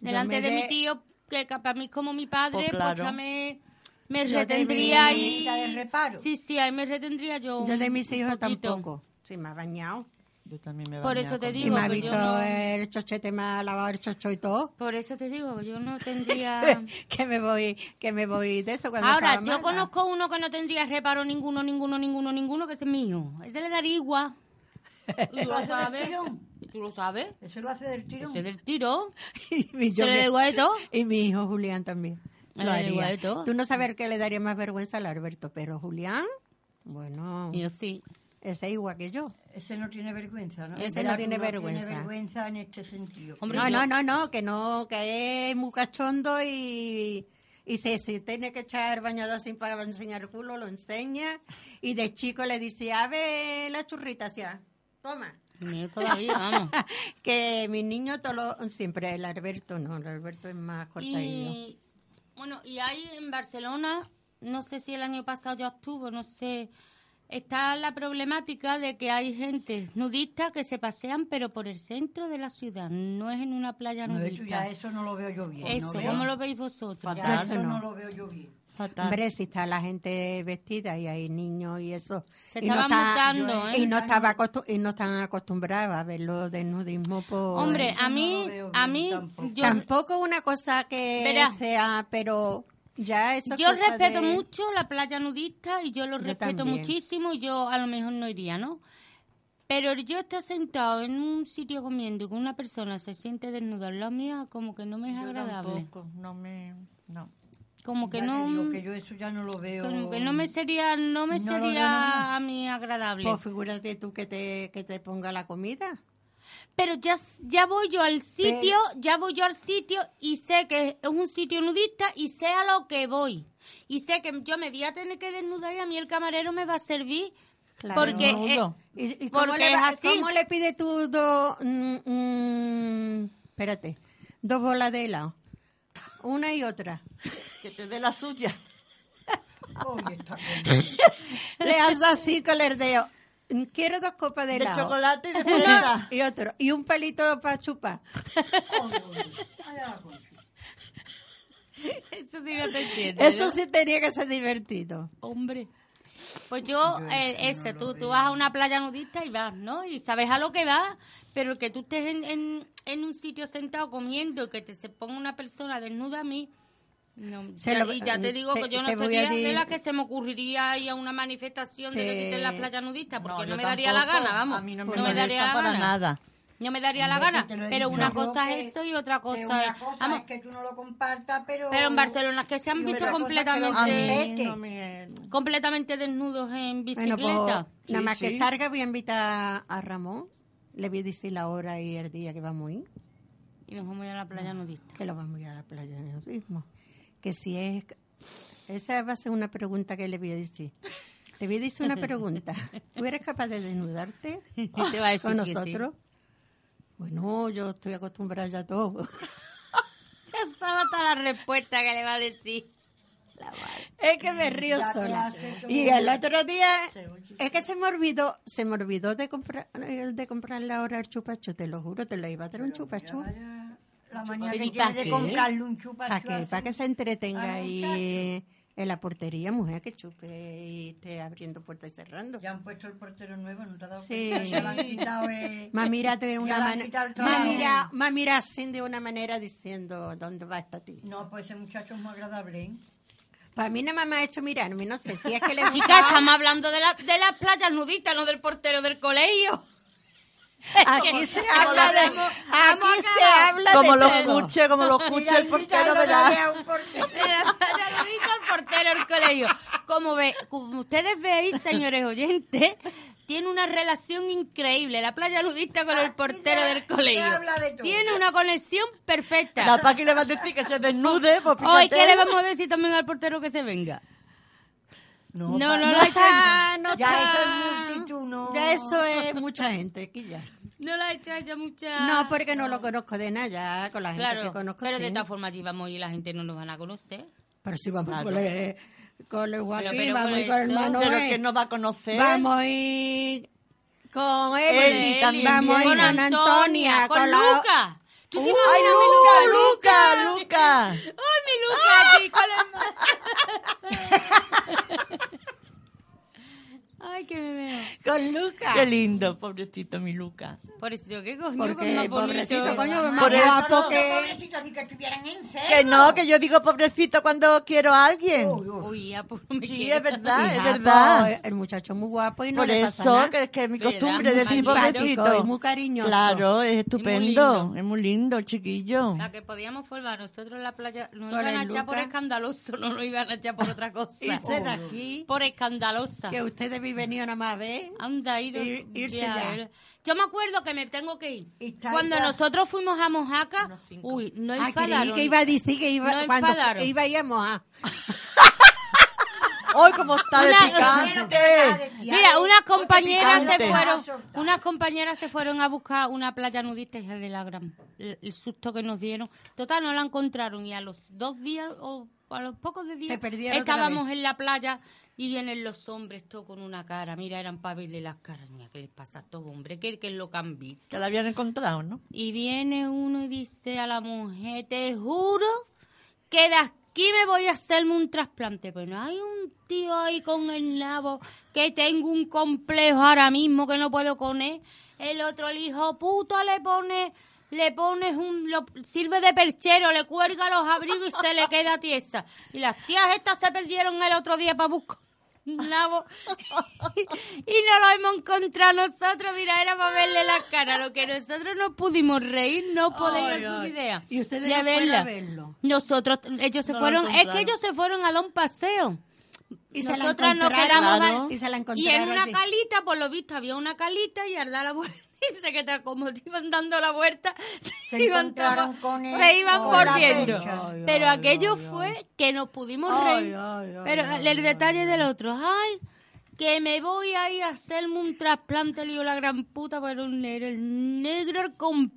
S5: delante
S6: me
S5: de
S6: de-
S5: mi tío, que ca- para mí es como mi padre,
S6: Pues
S5: pues,
S6: claro.
S5: ya me, me
S2: Yo te
S5: retendría
S2: vi
S5: y...
S2: la de
S5: Sí, sí, ahí me retendría yo.
S2: Yo de
S5: un
S2: mis hijos
S5: poquito.
S2: tampoco. Sí, me ha bañado.
S6: Yo también me
S5: Por eso te
S2: y
S5: digo
S2: me ha
S5: que
S2: visto
S5: yo no-
S2: el chochete, me ha lavado el chocho y todo.
S5: Por eso te digo, yo no tendría...
S2: que me voy, que me voy de eso cuando
S5: Ahora,
S2: estaba
S5: yo
S2: mala.
S5: conozco uno que no tendría reparo ninguno, ninguno, ninguno, ninguno, que ese es mío. Ese le daría igual. ¿Tú
S3: Lo hace
S5: lo
S3: del
S5: sabes?
S3: tirón.
S5: ¿Tú lo sabes?
S3: Eso lo hace del tirón.
S5: Ese del tiro.
S2: Y yo
S5: Se le
S2: que-
S5: da igual de todo.
S2: Y mi hijo Julián también.
S5: Le
S2: Lo
S5: da
S2: haría.
S5: Ah, igual de todo.
S2: Tú no sabes qué le daría más vergüenza al Alberto, pero Julián, bueno.
S5: Yo sí.
S2: Ese es igual que yo.
S3: Ese no tiene vergüenza, ¿no?
S2: Ese
S3: Claro,
S2: no tiene vergüenza.
S3: Tiene vergüenza en este sentido.
S2: no, no, no, no, que no, que es muy cachondo y, y se, se tiene que echar bañador sin para enseñar el culo, lo enseña. Y de chico le dice, a ver la churrita, hacia, toma.
S5: Ni yo todavía, vamos.
S2: que mi niño todo lo- siempre, el Alberto no, el Alberto es más cortadillo.
S5: Y bueno, y hay en Barcelona, no sé si el año pasado ya estuvo, no sé, está la problemática de que hay gente nudista que se pasean, pero por el centro de la ciudad, no es en una playa
S3: No,
S5: nudista.
S3: yo ya eso no lo veo yo bien.
S5: Eso,
S3: no veo.
S5: ¿cómo lo veis vosotros?
S3: Ya
S2: Fatal,
S3: eso
S2: no.
S3: no. lo veo yo bien.
S2: Hombre, si está la gente vestida y hay niños y eso.
S5: Se
S2: y no
S5: estaban
S2: está-
S5: mutando, ¿eh?
S2: Y no, estaba acostu- y no están acostumbrados a verlo de nudismo. Por...
S5: Hombre, a mí, a mí, yo,
S2: Tampoco una cosa que
S5: Verá.
S2: sea, pero ya eso
S5: yo respeto mucho la playa nudista y yo lo
S2: Yo
S5: respeto
S2: también.
S5: muchísimo y yo a lo mejor no iría, ¿no? Pero yo estar sentado en un sitio comiendo y que una persona se siente desnuda al lado mía, como que no me es
S6: Yo
S5: agradable.
S6: tampoco, no me... No.
S5: Como que
S3: Ya te
S5: no...
S3: digo que yo eso ya no lo veo.
S5: Como que no me sería, no me
S3: No lo veo, no,
S5: sería a mí agradable.
S2: Pues figúrate tú que te, que te ponga la comida.
S5: Pero ya, ya voy yo al sitio, ya voy yo al sitio y sé que es un sitio nudista y sé a lo que voy. Y sé que yo me voy a tener que desnudar y a mí el camarero me va a servir
S2: Claro.
S5: porque, eh,
S2: Desnudo. ¿Y, y cómo,
S5: porque
S2: le
S5: es
S2: va-
S5: así.
S2: cómo le pide tú dos... mm, mm, espérate. Dos bolas de helado. Una y otra.
S6: Que te dé la suya.
S2: Le haces así con el dedo. Mm, Quiero dos copas de
S6: De
S2: helado.
S6: chocolate y de
S2: Uno
S6: fresa.
S2: y otro. Y un palito para chupar.
S5: Eso sí no te entiendo.
S2: Eso
S5: ¿no?
S2: sí tenía que ser divertido.
S5: Hombre. Pues yo, eh, ese, tú, tú vas a una playa nudista y vas, ¿no? Y sabes a lo que vas, pero que tú estés en, en, en un sitio sentado comiendo y que te se ponga una persona desnuda a mí. No,
S2: Se
S5: ya-
S2: lo-
S5: y ya te digo que
S2: te-
S5: yo no
S2: te voy
S5: sería
S2: a decir-
S5: de las que se me ocurriría ir a una manifestación de que
S2: Te-
S5: quiten la playa nudista, porque no,
S6: yo
S5: me daría la
S6: tampoco.
S5: gana, vamos.
S6: A mí no
S5: no
S6: me,
S5: me daría
S6: molesta
S5: la
S6: para
S5: gana.
S6: nada.
S5: no me daría la
S9: Hombre,
S5: gana.
S9: que te lo he
S5: Pero
S9: dicho.
S5: una
S9: No.
S5: cosa
S9: Que-
S5: es eso y otra cosa,
S9: que una cosa
S5: Vamos,
S9: es que tú no lo compartas, pero...
S5: Pero en Barcelona es que se han
S9: y
S5: visto
S9: otra cosa es que lo
S5: completamente-
S9: respetes.
S5: completamente desnudos en
S2: Bueno,
S5: bicicleta.
S2: pues, nada más que salga voy a invitar a Ramón. Le voy a decir la hora y el día que vamos a ir.
S5: Y nos vamos a ir a la playa nudista.
S2: Que lo vamos a ir a la playa de nudismo. Que si es... Esa va a ser una pregunta que le voy a decir. Le voy a decir una pregunta. ¿Tú eres capaz de desnudarte
S5: Y te va a decir
S2: con
S5: que sí.
S2: nosotros? Bueno, yo estoy acostumbrada ya a todo.
S5: Ya sabe hasta la respuesta que le va a decir.
S2: Es que me río
S5: Ya te
S2: sola.
S5: hace como-
S2: Y el otro día es que se me olvidó, se me olvidó de comprar de comprarle ahora el chupacho, te lo juro, te lo iba a traer un chupacho.
S3: La manía
S2: ¿Y
S3: que
S2: pa'
S3: tiene de
S2: qué?
S3: comprarle un chupa
S2: Para que, pa' que se entretenga
S3: Ay,
S2: ahí en la portería, mujer, que chupe y esté abriendo puertas y cerrando.
S3: Ya han puesto el portero nuevo, no te has dado
S2: Sí.
S3: cuenta, ya le han quitado, eh,
S2: Más mira
S3: ya
S2: de
S3: le
S2: una
S3: han
S2: manera,
S3: quitado el trabajo.
S2: más mira así de una manera diciendo dónde va esta tía.
S3: No, pues ese muchacho es muy agradable, ¿eh?
S2: Para mí nada más me ha hecho mirarme, no sé si es que le
S5: Pues Chica,
S2: gustaba-
S5: estamos hablando de, la, de las playas nudistas, no del portero del colegio.
S2: Aquí se habla de- aquí se habla
S6: Como
S2: de
S6: lo
S2: todo.
S6: escuche, como lo escuche el portero, verá.
S5: Ya lo dijo el portero del colegio. Como, ve, como ustedes veis, señores oyentes, tiene una relación increíble la playa nudista con el portero del colegio.
S6: habla de todo.
S5: Tiene una conexión perfecta.
S6: La Paqui le va a decir que se desnude. Pues,
S5: Hoy
S6: fíjate.
S5: que le vamos a decir también al portero que se venga. No, no,
S6: pa-
S5: lo
S6: no
S5: ha hecho-
S2: está, no
S5: ya
S2: está.
S5: eso es
S2: Ya eso es mucha gente, aquí ya.
S5: No la ha hecho ella mucha.
S2: No, porque no lo conozco de nada, ya con la gente
S5: Ah, Claro,
S2: que conozco.
S5: pero
S2: sí.
S5: de todas formas allí vamos y la gente no nos van a conocer.
S2: Pero si vamos
S5: Claro.
S2: con, el, con el Joaquín,
S5: pero
S2: vamos
S5: con
S2: y con el
S5: eso-
S2: Manuel.
S5: Pero que no
S6: va a conocer.
S2: Vamos a ir con él.
S5: Eli también
S2: Vamos a ir
S5: viene.
S2: con
S5: Con
S2: Antonia.
S5: Antonia, con
S2: la-
S5: Luca. ¿Tú te imaginas
S6: ¡Ay,
S5: mi
S6: Luca, Luca, Luca!
S5: ¡Ay, mi Luca!
S2: Ah.
S5: aquí con el- ¡Ay, que me veo!
S2: Con
S5: Ah.
S2: Luca.
S6: Qué lindo, pobrecito mi Luca.
S5: Pobrecito, ¿qué coño?
S2: Porque,
S5: con más bonito.
S2: pobrecito, coño, más
S6: Por eso
S2: guapo
S6: no,
S2: que...
S3: ni que estuvieran en cero.
S2: Eh,
S6: Que no, que yo digo pobrecito cuando quiero a alguien.
S5: Uy, ya, pues, me
S6: Sí,
S5: quiero.
S6: es verdad, es
S2: Hija, pues,
S6: verdad.
S2: el muchacho es muy guapo y no
S6: Por
S2: le pasa
S6: eso,
S2: nada.
S6: que es que es mi
S5: ¿Verdad?
S6: costumbre
S5: Muy
S6: decir
S5: simpático
S6: pobrecito.
S2: y muy cariñoso.
S6: Claro, es estupendo.
S5: lindo.
S6: Es muy lindo, el chiquillo.
S5: La que podíamos formar nosotros en la playa, no
S2: Con
S5: iban a
S2: el
S5: echar por
S2: Luca.
S5: escandaloso, no nos iban a echar por otra cosa.
S2: Irse de aquí,
S5: Por escandalosa.
S2: que ustedes vi venido nada más a ver.
S5: Anda, ir,
S2: Ir- irse ya.
S5: Yo me acuerdo que me tengo que ir.
S3: Y está
S5: Cuando
S3: ya.
S5: nosotros fuimos a Mojaca, uy, no
S2: Ah, creí
S5: enfadaron.
S2: que iba a decir que iba,
S5: No
S2: cuando
S5: enfadaron.
S2: iba íbamos a...
S6: ¡Ay, cómo está de
S5: Una-
S6: picante!
S5: Mira, unas compañeras se
S6: picante.
S5: fueron, unas compañeras se fueron a buscar una playa nudista hija de la gran, el, el susto que nos dieron. Total, no la encontraron y a los dos días o a los pocos de días
S2: Se perdieron otra
S5: estábamos
S2: vez.
S5: en la playa y vienen los hombres todo con una cara. Mira, eran para verle las caras. Mira, ¿qué les pasa a estos hombres? ¿Qué, qué es lo que han visto?
S6: Que la habían encontrado, ¿no?
S5: Y viene uno y dice a la mujer, te juro que de aquí me voy a hacerme un trasplante. Pero no hay un tío ahí con el nabo que tengo un complejo ahora mismo que no puedo con él. El otro, el hijo puto, le pone... Le pones un... Lo, sirve de perchero, le cuelga los abrigos y se le queda tiesa. Y las tías estas se perdieron el otro día para buscar un nabo y no lo hemos encontrado nosotros. Mira, era para verle la cara. Lo que nosotros no pudimos reír, no podéis hacer idea.
S2: Y ustedes
S5: de
S2: no fueron
S5: verla.
S2: a verlo.
S5: Nosotros, ellos se
S6: No lo
S5: fueron, es
S6: encontraron.
S5: que ellos se fueron a dar un paseo.
S2: Y se la
S5: Nosotras nos
S2: encontraron,
S5: quedamos
S2: claro.
S5: a-
S2: Y se la
S5: y en
S2: encontraron
S5: una
S2: allí.
S5: calita, por lo visto, había una calita y al dar la vuelta, dice que tal como se iban dando la vuelta, se,
S3: Se
S5: iban,
S3: encontraron
S5: tra-
S3: con el-
S5: se iban
S3: con la
S5: corriendo.
S3: percha.
S2: Ay,
S5: Pero
S2: ay,
S5: aquello
S2: ay, ay.
S5: fue que nos pudimos
S2: Ay,
S5: reír.
S2: ay, ay,
S5: pero
S2: ay,
S5: el detalle del otro, ay, que me voy ahí a hacerme un trasplante, le digo la gran puta, pero un negro, el negro, el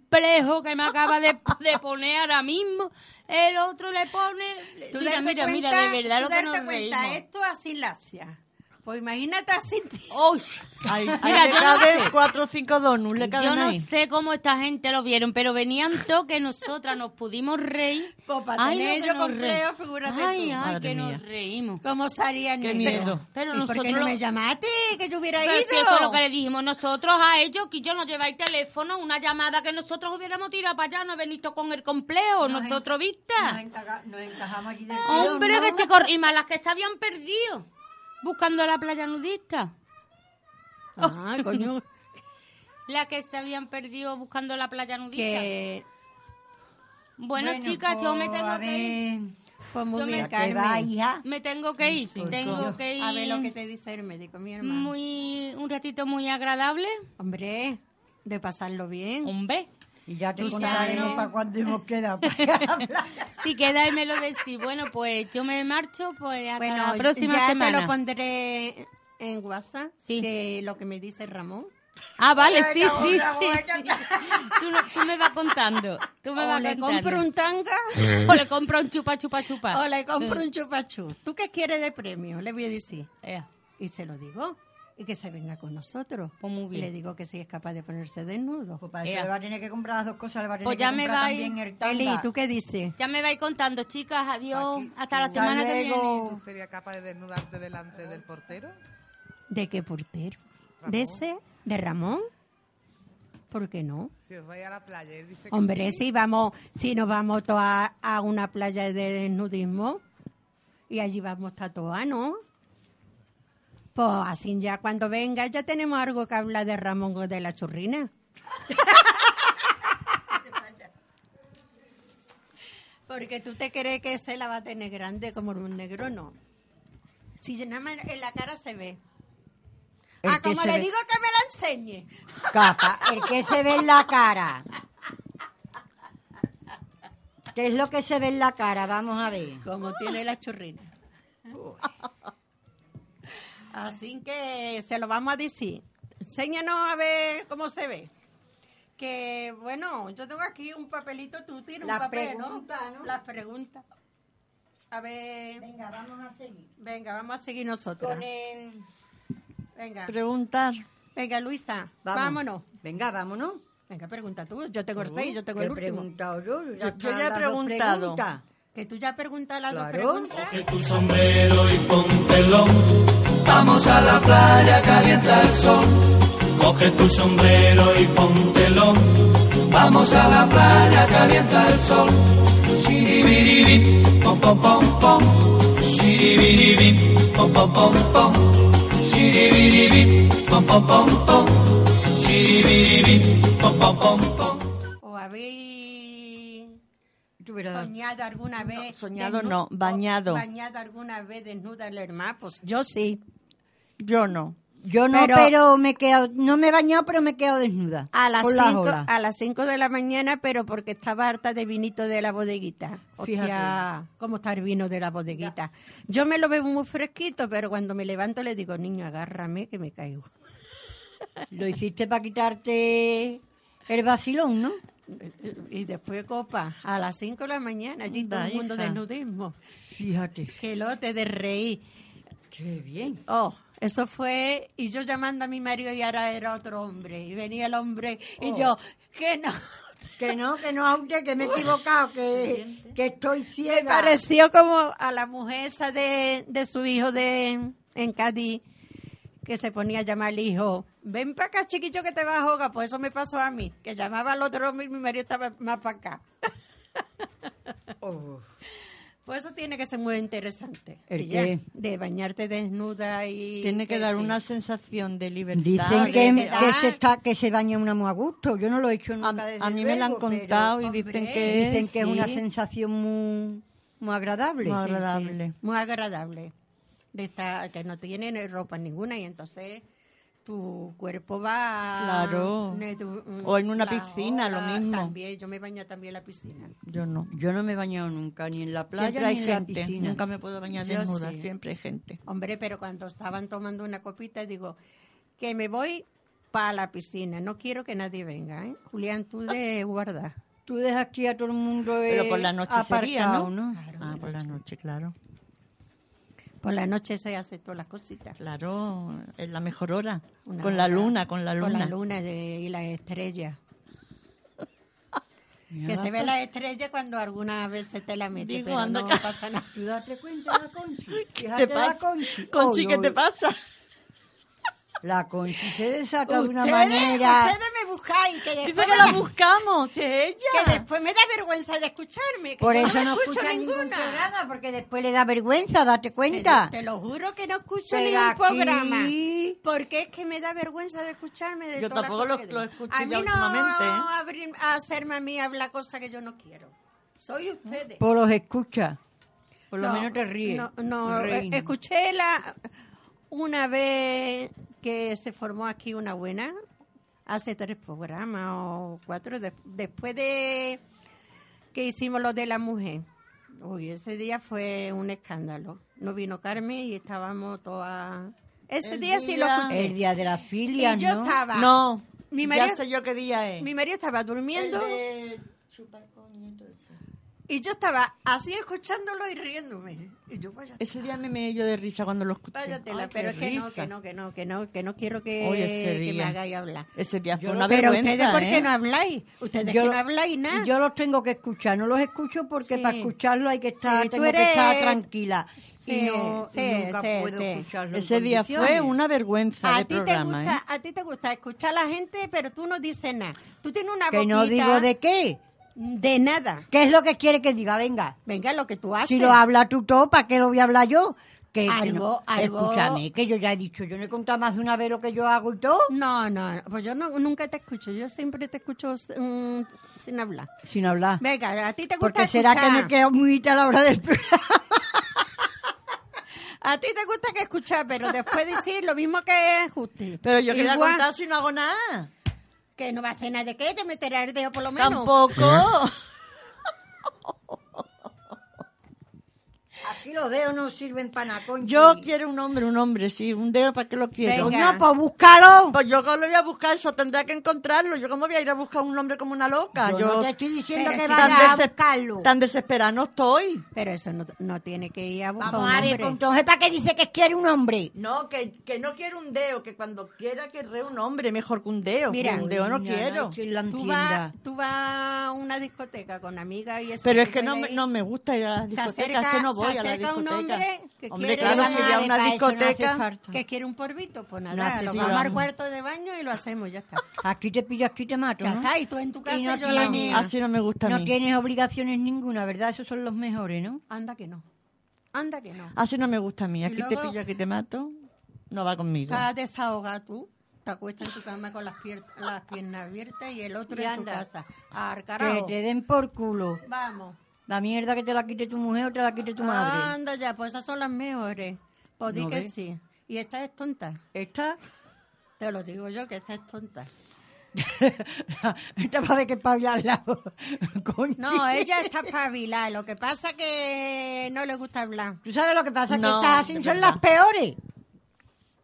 S5: complejo que me acaba de, de poner ahora mismo, el otro le pone...
S2: Tú
S5: mira,
S2: darte
S5: mira,
S2: cuenta,
S5: mira, de verdad
S2: tú
S5: lo que
S2: darte
S5: nos
S2: cuenta,
S5: reímos.
S2: esto así lacia. Pues imagínate así.
S5: Uy,
S6: Ahí, ahí
S5: Mira,
S6: le
S5: yo no
S6: caben
S5: sé.
S6: cuatro o cinco donuts, le caben
S5: yo no
S6: ahí.
S5: sé cómo esta gente lo vieron, pero venían todos que nosotras nos pudimos reír.
S2: Pues para
S5: Ay,
S2: tener
S5: no, que
S2: yo
S5: nos
S2: complejo,
S5: re-
S2: figúrate
S5: Ay,
S2: tú.
S5: ay,
S6: Madre
S5: que
S6: mía.
S5: nos reímos.
S2: ¿Cómo salía
S6: Qué
S2: el
S6: miedo.
S5: Pero
S2: ¿Y por qué
S5: nosotros-
S2: no me llamaste? Que yo hubiera
S5: Pero
S2: ido.
S5: si eso es lo que le dijimos nosotros a ellos, que yo no lleváis teléfono, una llamada que nosotros hubiéramos tirado para allá, no venís con el complejo,
S3: Nos,
S5: nosotros vistas.
S3: encaja- nos encajamos allí del tirón,
S5: Hombre,
S3: ¿no?
S5: que se corri- y más las que se habían perdido buscando la playa nudista.
S2: Ah, coño.
S5: La que se habían perdido buscando la playa nudista.
S2: Que-
S5: Bueno, chicas, yo me tengo que ir.
S2: Pues muy
S5: Yo
S2: bien,
S5: me-
S2: Carmen.
S5: Me tengo que ir. tengo que ir.
S2: A ver lo que te dice el médico, mi hermano.
S5: Muy, un ratito muy agradable.
S2: Hombre, de pasarlo bien.
S5: Hombre.
S3: Y ya te
S5: Tú
S3: contaremos
S5: sabes.
S3: para cuándo hemos quedado. Pues
S5: Si queda y me lo decís. Bueno, pues yo me marcho, pues hasta
S2: Bueno,
S5: la próxima
S2: ya
S5: semana.
S2: te lo pondré en WhatsApp, que lo que me dice Ramón.
S5: Ah, vale, sí,
S2: Venga,
S5: sí,
S2: una
S5: sí.
S2: buena.
S5: sí. Tú, lo- tú me vas contando. Tú me
S2: O
S5: vas
S2: le
S5: contando.
S2: compro un tanga.
S5: O le compro un chupa, chupa, chupa.
S2: O le compro un chupachú. ¿Tú qué quieres de premio? Le voy a decir.
S5: Ea.
S2: Y se lo digo. Y que se venga con nosotros.
S5: Oh, muy bien.
S2: Le digo que si es capaz de ponerse desnudo.
S3: Para eso le va a tener que comprar las dos cosas, le va a tener
S5: Pues
S3: que
S5: ya me
S3: comprar
S5: vais-
S3: también el tanga.
S2: Eli, ¿tú qué dices?
S5: Ya me vais contando, chicas. Adiós. Hasta la
S2: Hasta
S5: semana que
S2: luego.
S5: viene.
S11: ¿Tú serías capaz de desnudarte delante del portero?
S2: ¿De qué portero? ¿De ese? ¿De Ramón? ¿Por qué no?
S11: Si os vais a la playa, él dice que
S2: Hombre,
S11: sí.
S2: si vamos, si nos vamos toa- a una playa de desnudismo y allí vamos tatuados, ¿no? Pues así ya cuando venga ya tenemos algo que hablar de Ramón o de la churrina. Porque tú te crees que se la va a tener grande como un negro, no. Si nada más en la cara se ve.
S3: El
S2: ah,
S3: que
S2: como
S3: se
S2: le
S3: ve-
S2: digo que me la enseñe.
S3: Capa, el que se ve en la cara. ¿Qué es lo que se ve en la cara? Vamos a ver.
S2: Como tiene la churrina. Así que se lo vamos a decir. Enséñanos a ver cómo se ve. Que bueno, yo tengo aquí un papelito, tú tienes
S3: La
S2: un papel,
S3: pregunta, ¿no?
S2: Las preguntas. A ver.
S3: Venga, vamos a seguir.
S2: Venga, vamos a seguir nosotros.
S3: Con el-
S2: Venga.
S6: Preguntar.
S2: Venga, Luisa,
S3: Vamos.
S2: vámonos.
S3: Venga, vámonos.
S2: Venga, pregunta tú. Yo tengo el
S3: Tú,
S2: seis, yo tengo
S3: ¿qué
S2: el
S3: he
S2: último.
S3: preguntado yo? Ya
S2: Yo- yo
S3: están
S2: ya he
S3: las dos
S2: preguntado.
S3: preguntas.
S2: Que tú ya has preguntado las
S3: Claro.
S2: dos preguntas.
S1: Tu sombrero y póntelo. Vamos a la playa, calienta el sol. Coge tu sombrero y póntelo. Vamos a la playa, calienta el sol. Shiribiribip, pom pom pom pom. Shiribiribip, pom pom pom pom. Shiribiribip, pom pom pom pom. Shiribiribip, pom pom pom pom.
S2: ¿O habéis
S3: verás.
S2: soñado alguna vez?
S6: soñado
S2: desnu-
S6: no, bañado.
S2: ¿Bañado alguna vez desnuda el hermano? Pues yo sí.
S6: Yo no.
S3: Yo no, pero, me he quedado, no me he bañado, pero me he quedado desnuda.
S2: A las,
S3: Con las
S2: cinco,
S3: olas.
S2: a las cinco de la mañana, pero porque estaba harta de vinito de la bodeguita. Hostia,
S3: Fíjate.
S2: cómo está el vino de la bodeguita. Yo me lo bebo muy fresquito, pero cuando me levanto le digo, niño, agárrame que me caigo.
S3: Lo hiciste para quitarte el vacilón, ¿no?
S2: Y después copa, a las cinco de la mañana, allí todo el
S3: Da,
S2: mundo
S3: hija.
S2: desnudismo.
S3: Fíjate.
S2: Gelote de reír.
S3: Qué bien.
S2: Oh, eso fue, y yo llamando a mi marido y ahora era otro hombre, y venía el hombre y
S3: Oh.
S2: yo, que no.
S3: Que no, que no, aunque que me he equivocado, que, que estoy
S2: Me
S3: ciega.
S2: pareció como a la mujer esa de, de su hijo de en Cádiz, que se ponía a llamar al hijo, ven para acá chiquillo que te vas a jugar, pues eso me pasó a mí, que llamaba al otro hombre y mi marido estaba más para acá.
S3: Oh,
S2: Pues eso tiene que ser muy interesante.
S3: ¿El
S2: Y ya,
S3: qué?
S2: de bañarte desnuda y...
S6: Tiene que dar
S2: sí.
S6: una sensación de libertad.
S3: Dicen que,
S6: libertad.
S3: que se está, que se baña una muy a gusto. Yo no lo he hecho nunca. desde
S6: a mí me la han
S3: luego, pero,
S6: contado y
S3: hombre,
S6: dicen que
S3: dicen
S6: es,
S3: que es una
S6: sí.
S3: sensación muy, muy agradable.
S6: Muy
S3: Sí, sí.
S6: agradable.
S2: muy agradable de esta que no tiene ni ropa ninguna y entonces tu cuerpo va
S6: Claro.
S2: ne- tu- mm,
S6: O en una
S2: la
S6: piscina, lo
S2: ola,
S6: mismo.
S2: también yo me baño también en la piscina
S6: Yo no.
S3: Yo no me he bañado nunca, ni en la playa
S6: Siempre hay
S3: ni en la
S6: gente.
S3: piscina.
S6: Nunca me puedo bañar
S2: Yo
S6: desnuda.
S2: sí.
S6: Siempre hay gente.
S2: hombre pero cuando estaban tomando una copita digo que me voy para la piscina no quiero que nadie venga ¿eh? Julián tú de guarda
S3: Tú dejas aquí a todo el mundo
S6: Pero
S3: eh,
S6: por la noche sería,
S3: apartado,
S6: ¿no?
S3: Claro.
S6: ah, por la noche, claro.
S2: por la noche se hace todas las cositas
S6: Claro, es la mejor hora.
S2: Una
S6: con la
S2: hora.
S6: luna, con la luna.
S2: con la luna de- y las estrellas que se ve las estrellas cuando alguna vez se te la mete
S6: Digo,
S2: pero
S6: anda
S2: no
S6: que-
S2: pasa nada
S3: Tú date cuenta, la Conchi.
S6: ¿Qué
S3: Fíjate
S6: te
S3: la
S6: pasa?
S3: Conchi.
S2: Oh,
S6: Conchi,
S3: Oy,
S6: ¿qué te
S3: oy.
S6: pasa?
S3: La Conchi se desata de una
S2: Ustedes-
S3: manera.
S2: ustedes me buscáis. Que después
S6: Dice que
S2: me
S6: la
S2: da-
S6: buscamos, si es ella.
S2: Que después me da vergüenza de escucharme. que
S3: Por
S2: yo
S3: eso
S2: no,
S3: no
S2: escucho
S3: escucha ningún
S2: ninguna.
S3: programa, porque después le da vergüenza, date cuenta.
S2: Te lo juro que no escucho
S3: Pero
S2: ningún
S3: aquí-
S2: programa. Porque es que me da vergüenza de escucharme de
S6: Yo
S2: todas las
S6: tampoco
S2: cosas
S6: lo-
S2: que
S6: lo
S2: digo.
S6: escucho
S2: A
S6: ya
S2: mí no
S6: últimamente, ¿eh?
S2: abrir- a hacerme a mí hablar cosas que yo no quiero. Soy ustedes.
S3: Por los escucha. Por lo
S2: No,
S3: menos te ríes.
S2: No, no,
S3: Te reís.
S2: eh, escuché la una vez que se formó aquí una buena, hace tres programas o cuatro, de- después de que hicimos lo de la mujer. Uy, ese día fue un escándalo. No vino Carmen y estábamos todas... Ese
S6: El
S2: día, sí lo
S6: día-
S2: escuché.
S3: El día de la filia,
S2: Y yo
S3: ¿no?
S2: estaba...
S6: No,
S2: mi
S6: ya
S2: marido,
S6: sé yo qué día es.
S2: Mi marido estaba durmiendo
S6: El de chupar coño y todo eso.
S2: y yo estaba así escuchándolo y riéndome. Y yo, vaya
S6: Ese día me meé yo de risa cuando lo escuché.
S2: Váyatela,
S6: Ay, qué
S2: pero es que no,
S6: risa.
S2: que no, que no, que no, que no quiero que,
S6: Hoy ese
S2: que me
S6: día.
S2: hagáis hablar.
S6: Ese día fue
S2: Yo
S6: una
S2: lo- pero
S6: vergüenza,
S2: ustedes, ¿por qué
S6: ¿eh?
S2: no habláis? Ustedes
S3: Yo
S2: que
S3: lo-
S2: no habláis nada.
S3: Yo los tengo que escuchar, no los escucho porque
S2: Sí.
S3: para escucharlo hay que estar,
S2: Sí, tú
S3: tengo
S2: eres-
S3: que estar tranquila.
S2: Sí,
S3: y no,
S2: sí,
S3: y nunca
S2: sí,
S3: puedo
S2: sí.
S3: escucharlo. en
S6: Ese día fue
S3: condiciones.
S6: una vergüenza
S2: a
S6: de
S2: ti te
S6: programa,
S2: gusta,
S6: ¿eh?
S2: a ti te gusta escuchar a la gente, pero tú no dices nada. Tú tienes una
S3: Que no
S2: boquita
S3: digo de qué.
S2: de nada.
S3: ¿Qué es lo que quiere que diga? Venga.
S2: Venga, lo que tú haces.
S3: Si lo habla tú todo, ¿para qué lo voy a hablar yo? Que, que
S2: Algo,
S3: no.
S2: algo-
S3: Escúchame, que yo ya he dicho, yo no he contado más de una vez lo que yo hago y todo.
S2: No, no, no, pues yo no, nunca te escucho. Yo siempre te escucho mm, sin hablar.
S3: Sin hablar.
S2: Venga, a ti te gusta
S3: Porque será que me
S2: escuchar.
S3: quedo muy a la hora del programa.
S2: A ti te gusta que escuchar, pero después decir lo mismo que Justi.
S6: Pero yo quería
S2: Igual.
S6: contar si no hago nada.
S2: Que no va a ser nada de qué, te meterá el dedo por lo menos.
S6: Tampoco.
S3: Aquí los dedos no sirven para nada, conchi.
S6: Yo quiero un hombre, un hombre, sí, un dedo, ¿para qué lo quiero?
S2: Venga.
S3: No, pues búscalo.
S6: Pues yo cómo lo voy a buscar, eso tendrá que encontrarlo. Yo cómo voy a ir a buscar un hombre como una loca.
S3: Yo
S6: Yo,
S3: no te estoy diciendo
S2: Pero
S3: que
S2: si
S3: vaya a
S6: dese-
S3: buscarlo.
S6: tan desesperada no estoy.
S2: Pero eso no, no tiene que ir a buscar
S3: Vamos,
S2: un
S3: Ari,
S2: hombre.
S3: entonces, ¿para qué dice que quiere un hombre?
S6: No, que, que no quiero un dedo, que cuando quiera querré un hombre, mejor que un dedo.
S2: Mira,
S6: que un dedo no quiero.
S2: Tú vas, tú vas a una discoteca con amigas y eso.
S6: Pero
S2: que
S6: es que
S2: puede
S6: no, me-
S2: ir.
S6: no me gusta ir a las
S2: Se
S6: discotecas,
S2: acerca,
S6: es que no voy
S2: se
S6: a la
S2: acerca
S6: discoteca.
S2: un hombre que
S6: Hombre,
S2: quiere
S6: claro,
S2: ganar,
S6: si voy a una
S3: para eso no hace
S6: discoteca,
S3: falta.
S2: que quiere un polvito, pues
S3: No
S2: nada,
S3: hace
S2: lo
S3: falta.
S2: vamos al cuarto de baño y lo hacemos, ya está.
S3: Aquí te pillo, aquí te mato,
S2: Ya
S3: ¿no?
S2: está, y tú en tu casa,
S3: Y no
S2: yo la
S3: tiene-
S2: mía.
S6: así no me gusta a
S3: No
S6: mí.
S3: tienes obligaciones ninguna, ¿verdad? Esos son los mejores, ¿no?
S2: Anda que no, anda que no.
S6: Así no me gusta a mí. Aquí te
S2: luego- Ah,
S6: pillo, aquí te mato. No va conmigo.
S2: Estás desahogada tú, te acuestas en tu cama con las, pier- las piernas abiertas y el otro
S3: Y
S2: en su
S3: anda.
S2: casa. Al
S3: Que
S2: carajo.
S3: te den por culo.
S2: Vamos.
S3: La mierda que te la quite tu mujer o te la quite tu
S6: Ah,
S3: madre.
S2: Anda ya, pues esas son las mejores. Pues di
S3: ¿No
S2: que
S3: ves?
S2: sí. Y esta es tonta.
S3: Esta,
S2: Te lo digo yo, que esta es tonta.
S3: esta va de que para hablarla. Conchi.
S2: No, ella está espabilada. Lo que pasa que no le gusta hablar.
S3: Tú sabes lo que pasa,
S6: No,
S3: que estas así
S6: de
S3: son
S6: verdad.
S3: las peores.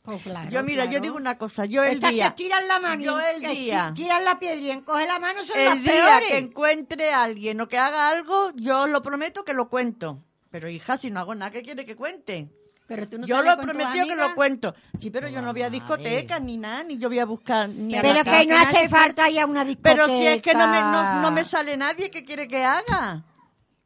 S3: Oh,
S2: Pues claro.
S6: yo, mira, yo
S2: claro.
S6: digo una cosa. Yo el
S3: estas
S6: día.
S3: que tiran la mano. y
S6: Yo el
S3: que
S6: día.
S3: Tiran la piedra y encoge la mano son las
S6: El día
S3: peores.
S6: que encuentre a alguien o que haga algo, yo lo prometo que lo cuento. Pero hija, si no hago nada, ¿qué quiere que cuente?
S2: Pero tú no
S6: yo
S2: sales
S6: lo he
S2: con tus
S6: prometido que
S2: amigas.
S6: lo cuento. Sí, pero yo no voy a discotecas ni nada, ni yo voy a buscar. Ni a
S3: Pero
S6: la
S3: que
S6: calle.
S3: no hace falta ir a una discoteca.
S6: Pero si es que no me, no, no me sale nadie, ¿qué quiere que haga?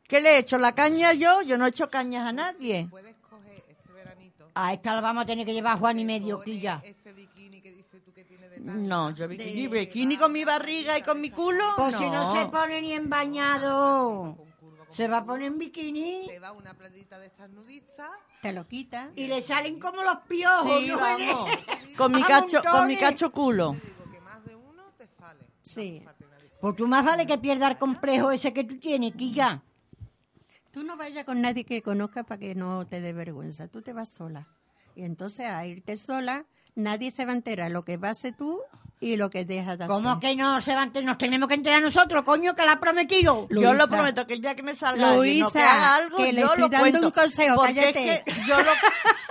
S6: ¿Qué le he hecho? ¿La caña yo? Yo no he hecho cañas a nadie.
S11: Puedes coger este veranito.
S3: A esta la vamos a tener que llevar a Juan y
S11: te
S3: medio
S11: pones
S3: quilla.
S11: Este bikini que dices tú que tiene de tanga.
S6: No, yo bikini, bikini con mi barriga y con mi culo.
S3: Pues
S6: no.
S3: si no se pone ni en bañado, se va a poner en bikini
S11: Te va una playita de estas nudistas.
S2: Te lo quita.
S3: y le salen como los piojos.
S6: Sí,
S3: ¿no?
S6: vamos. Con mi cacho, con mi cacho culo.
S11: Digo que más de uno te sale.
S2: Sí.
S3: Pues tú más vale que pierdas el complejo ese que tú tienes, quilla.
S2: Tú no vayas con nadie que conozca para que no te dé vergüenza. Tú te vas sola. Y entonces a irte sola, nadie se va a enterar lo que vas a hacer tú y lo que dejas de hacer.
S3: ¿Cómo que no se van? Nos tenemos que enterar nosotros, coño, que la ha prometido.
S6: Yo
S2: Luisa.
S6: lo prometo que el día que me salga alguien o que
S2: Luisa,
S6: haga algo,
S2: que le
S6: yo
S2: estoy
S6: lo
S2: dando un
S6: cuento.
S2: consejo,
S6: Porque es
S2: cállate.
S6: que yo, lo,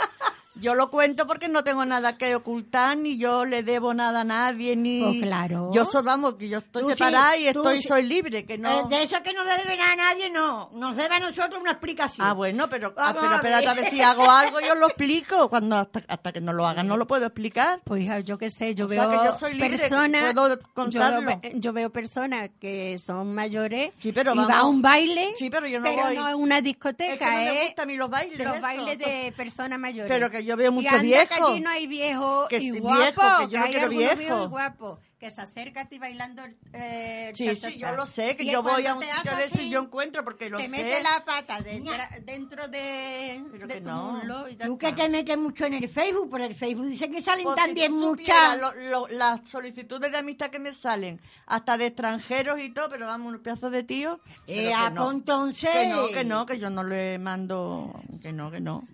S6: yo lo cuento porque no tengo nada que ocultar, ni yo le debo nada a nadie, ni...
S2: Pues claro.
S6: Yo soy, vamos, que yo estoy
S3: Tú sí,
S6: separada y
S3: tú
S6: estoy,
S3: sí.
S6: soy libre, que no...
S3: Eh, de eso que no le debe nada a nadie, no. Nos debe a nosotros una explicación.
S6: Ah, bueno, pero, ah,
S3: Vamos
S6: pero
S3: a ver.
S6: espérate, a ver si hago algo, yo lo explico. Cuando hasta, hasta que no lo haga, no lo puedo explicar.
S2: Pues hija, yo qué sé, yo
S6: O sea,
S2: veo
S6: que yo soy libre,
S2: personas,
S6: puedo
S2: yo,
S6: contarlo.
S2: veo- yo veo personas que son mayores
S6: Sí, pero
S2: y
S6: vamos.
S2: va a un baile,
S6: Sí, pero yo no voy.
S2: no a una
S6: Es que no
S2: discoteca,
S6: me
S2: ¿eh?
S6: gustan a mí los bailes.
S2: los
S6: eso.
S2: bailes de personas mayores.
S6: Pero que yo yo veo
S2: Y
S6: muchos
S2: anda
S6: viejos.
S2: que allí no hay viejo
S6: Que
S2: y
S6: sí,
S2: guapo,
S6: viejo, que yo
S2: que
S6: no
S2: hay
S6: quiero
S2: algunos
S6: viejo.
S2: viejos y guapos, que se acerca a ti bailando el eh, el
S6: Sí,
S2: cha-cha-cha.
S6: sí, yo lo sé, que
S2: Y
S6: yo voy
S2: cuando
S6: a un
S2: te
S6: sitio
S2: hace
S6: de eso y
S2: así,
S6: yo encuentro porque lo
S2: te
S6: sé.
S2: mete la pata detra- dentro de, de
S6: que
S2: tu
S6: no.
S2: muslo y ya
S3: Tú que
S2: está.
S3: te metes mucho en el Facebook, por el Facebook dicen que salen
S6: Pues, si
S3: también
S6: tú
S3: muchas. Eh,
S6: supieras lo- lo- las solicitudes de amistad que me salen, hasta de extranjeros y todo, pero vamos, unos pedazos de tío. pero
S3: Ea,
S6: que no.
S3: pues, entonces.
S6: Que no, que no, que yo no le mando. Que no, que no.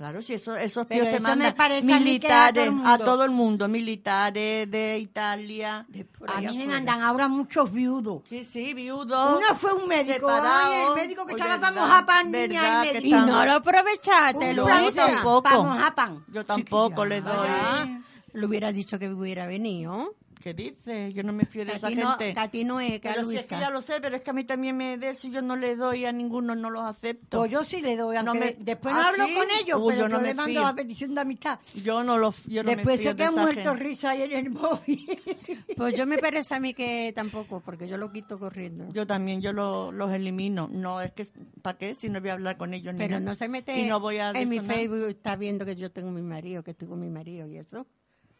S6: Claro, si eso, esos
S3: Pero
S6: tíos te
S3: eso me
S6: mandan
S3: parece a mí que
S6: militares,
S3: a todo el
S6: a
S3: mundo.
S6: todo el mundo, militares de Italia.
S3: A mí me mandan ahora muchos viudos.
S6: Sí, sí, viudos.
S3: Uno fue un médico.
S6: separados.
S3: ay, el médico que
S6: Oye,
S3: estaba para
S6: ¿verdad?
S3: mojar pan, niña,
S6: ¿Verdad
S3: el
S6: que
S3: médico.
S6: estamos-
S2: aprovechaste,
S3: Yo
S6: Yo
S2: Luisa.
S6: tampoco.
S3: Vamos, a pan.
S6: Yo tampoco le doy.
S2: Ah, Le hubiera dicho que hubiera venido.
S6: ¿Qué dices? Yo no me fío
S2: Que
S6: de
S2: a
S6: esa
S2: ti no-
S6: gente.
S2: que a ti no es, que a
S6: Pero si es
S2: Luisa.
S6: que ya lo sé, pero es que a mí también me de eso yo no le doy a ninguno, no los acepto.
S3: Pues yo sí le doy,
S6: No
S3: aunque
S6: me-
S3: después no
S6: ¿Ah,
S3: hablo
S6: sí?
S3: con ellos,
S6: Uy,
S3: pero
S6: yo
S3: yo,
S6: no me
S3: le mando
S6: fío.
S3: la petición de amistad.
S6: Yo no los yo no
S3: después
S6: me fío
S3: se
S6: de
S3: queda
S6: esa
S3: muerto
S6: gente.
S3: risa ahí en el móvil.
S2: Pues yo me parece a mí que tampoco, porque yo lo quito corriendo.
S6: Yo también, yo lo- los elimino. No, es que, ¿para qué? Si no voy a hablar con ellos. ni
S2: Pero
S6: nada.
S2: no se mete
S6: Y no voy a
S2: en mi
S6: desonar.
S2: Facebook, está viendo que yo tengo mi marido, que estoy con mi marido y eso.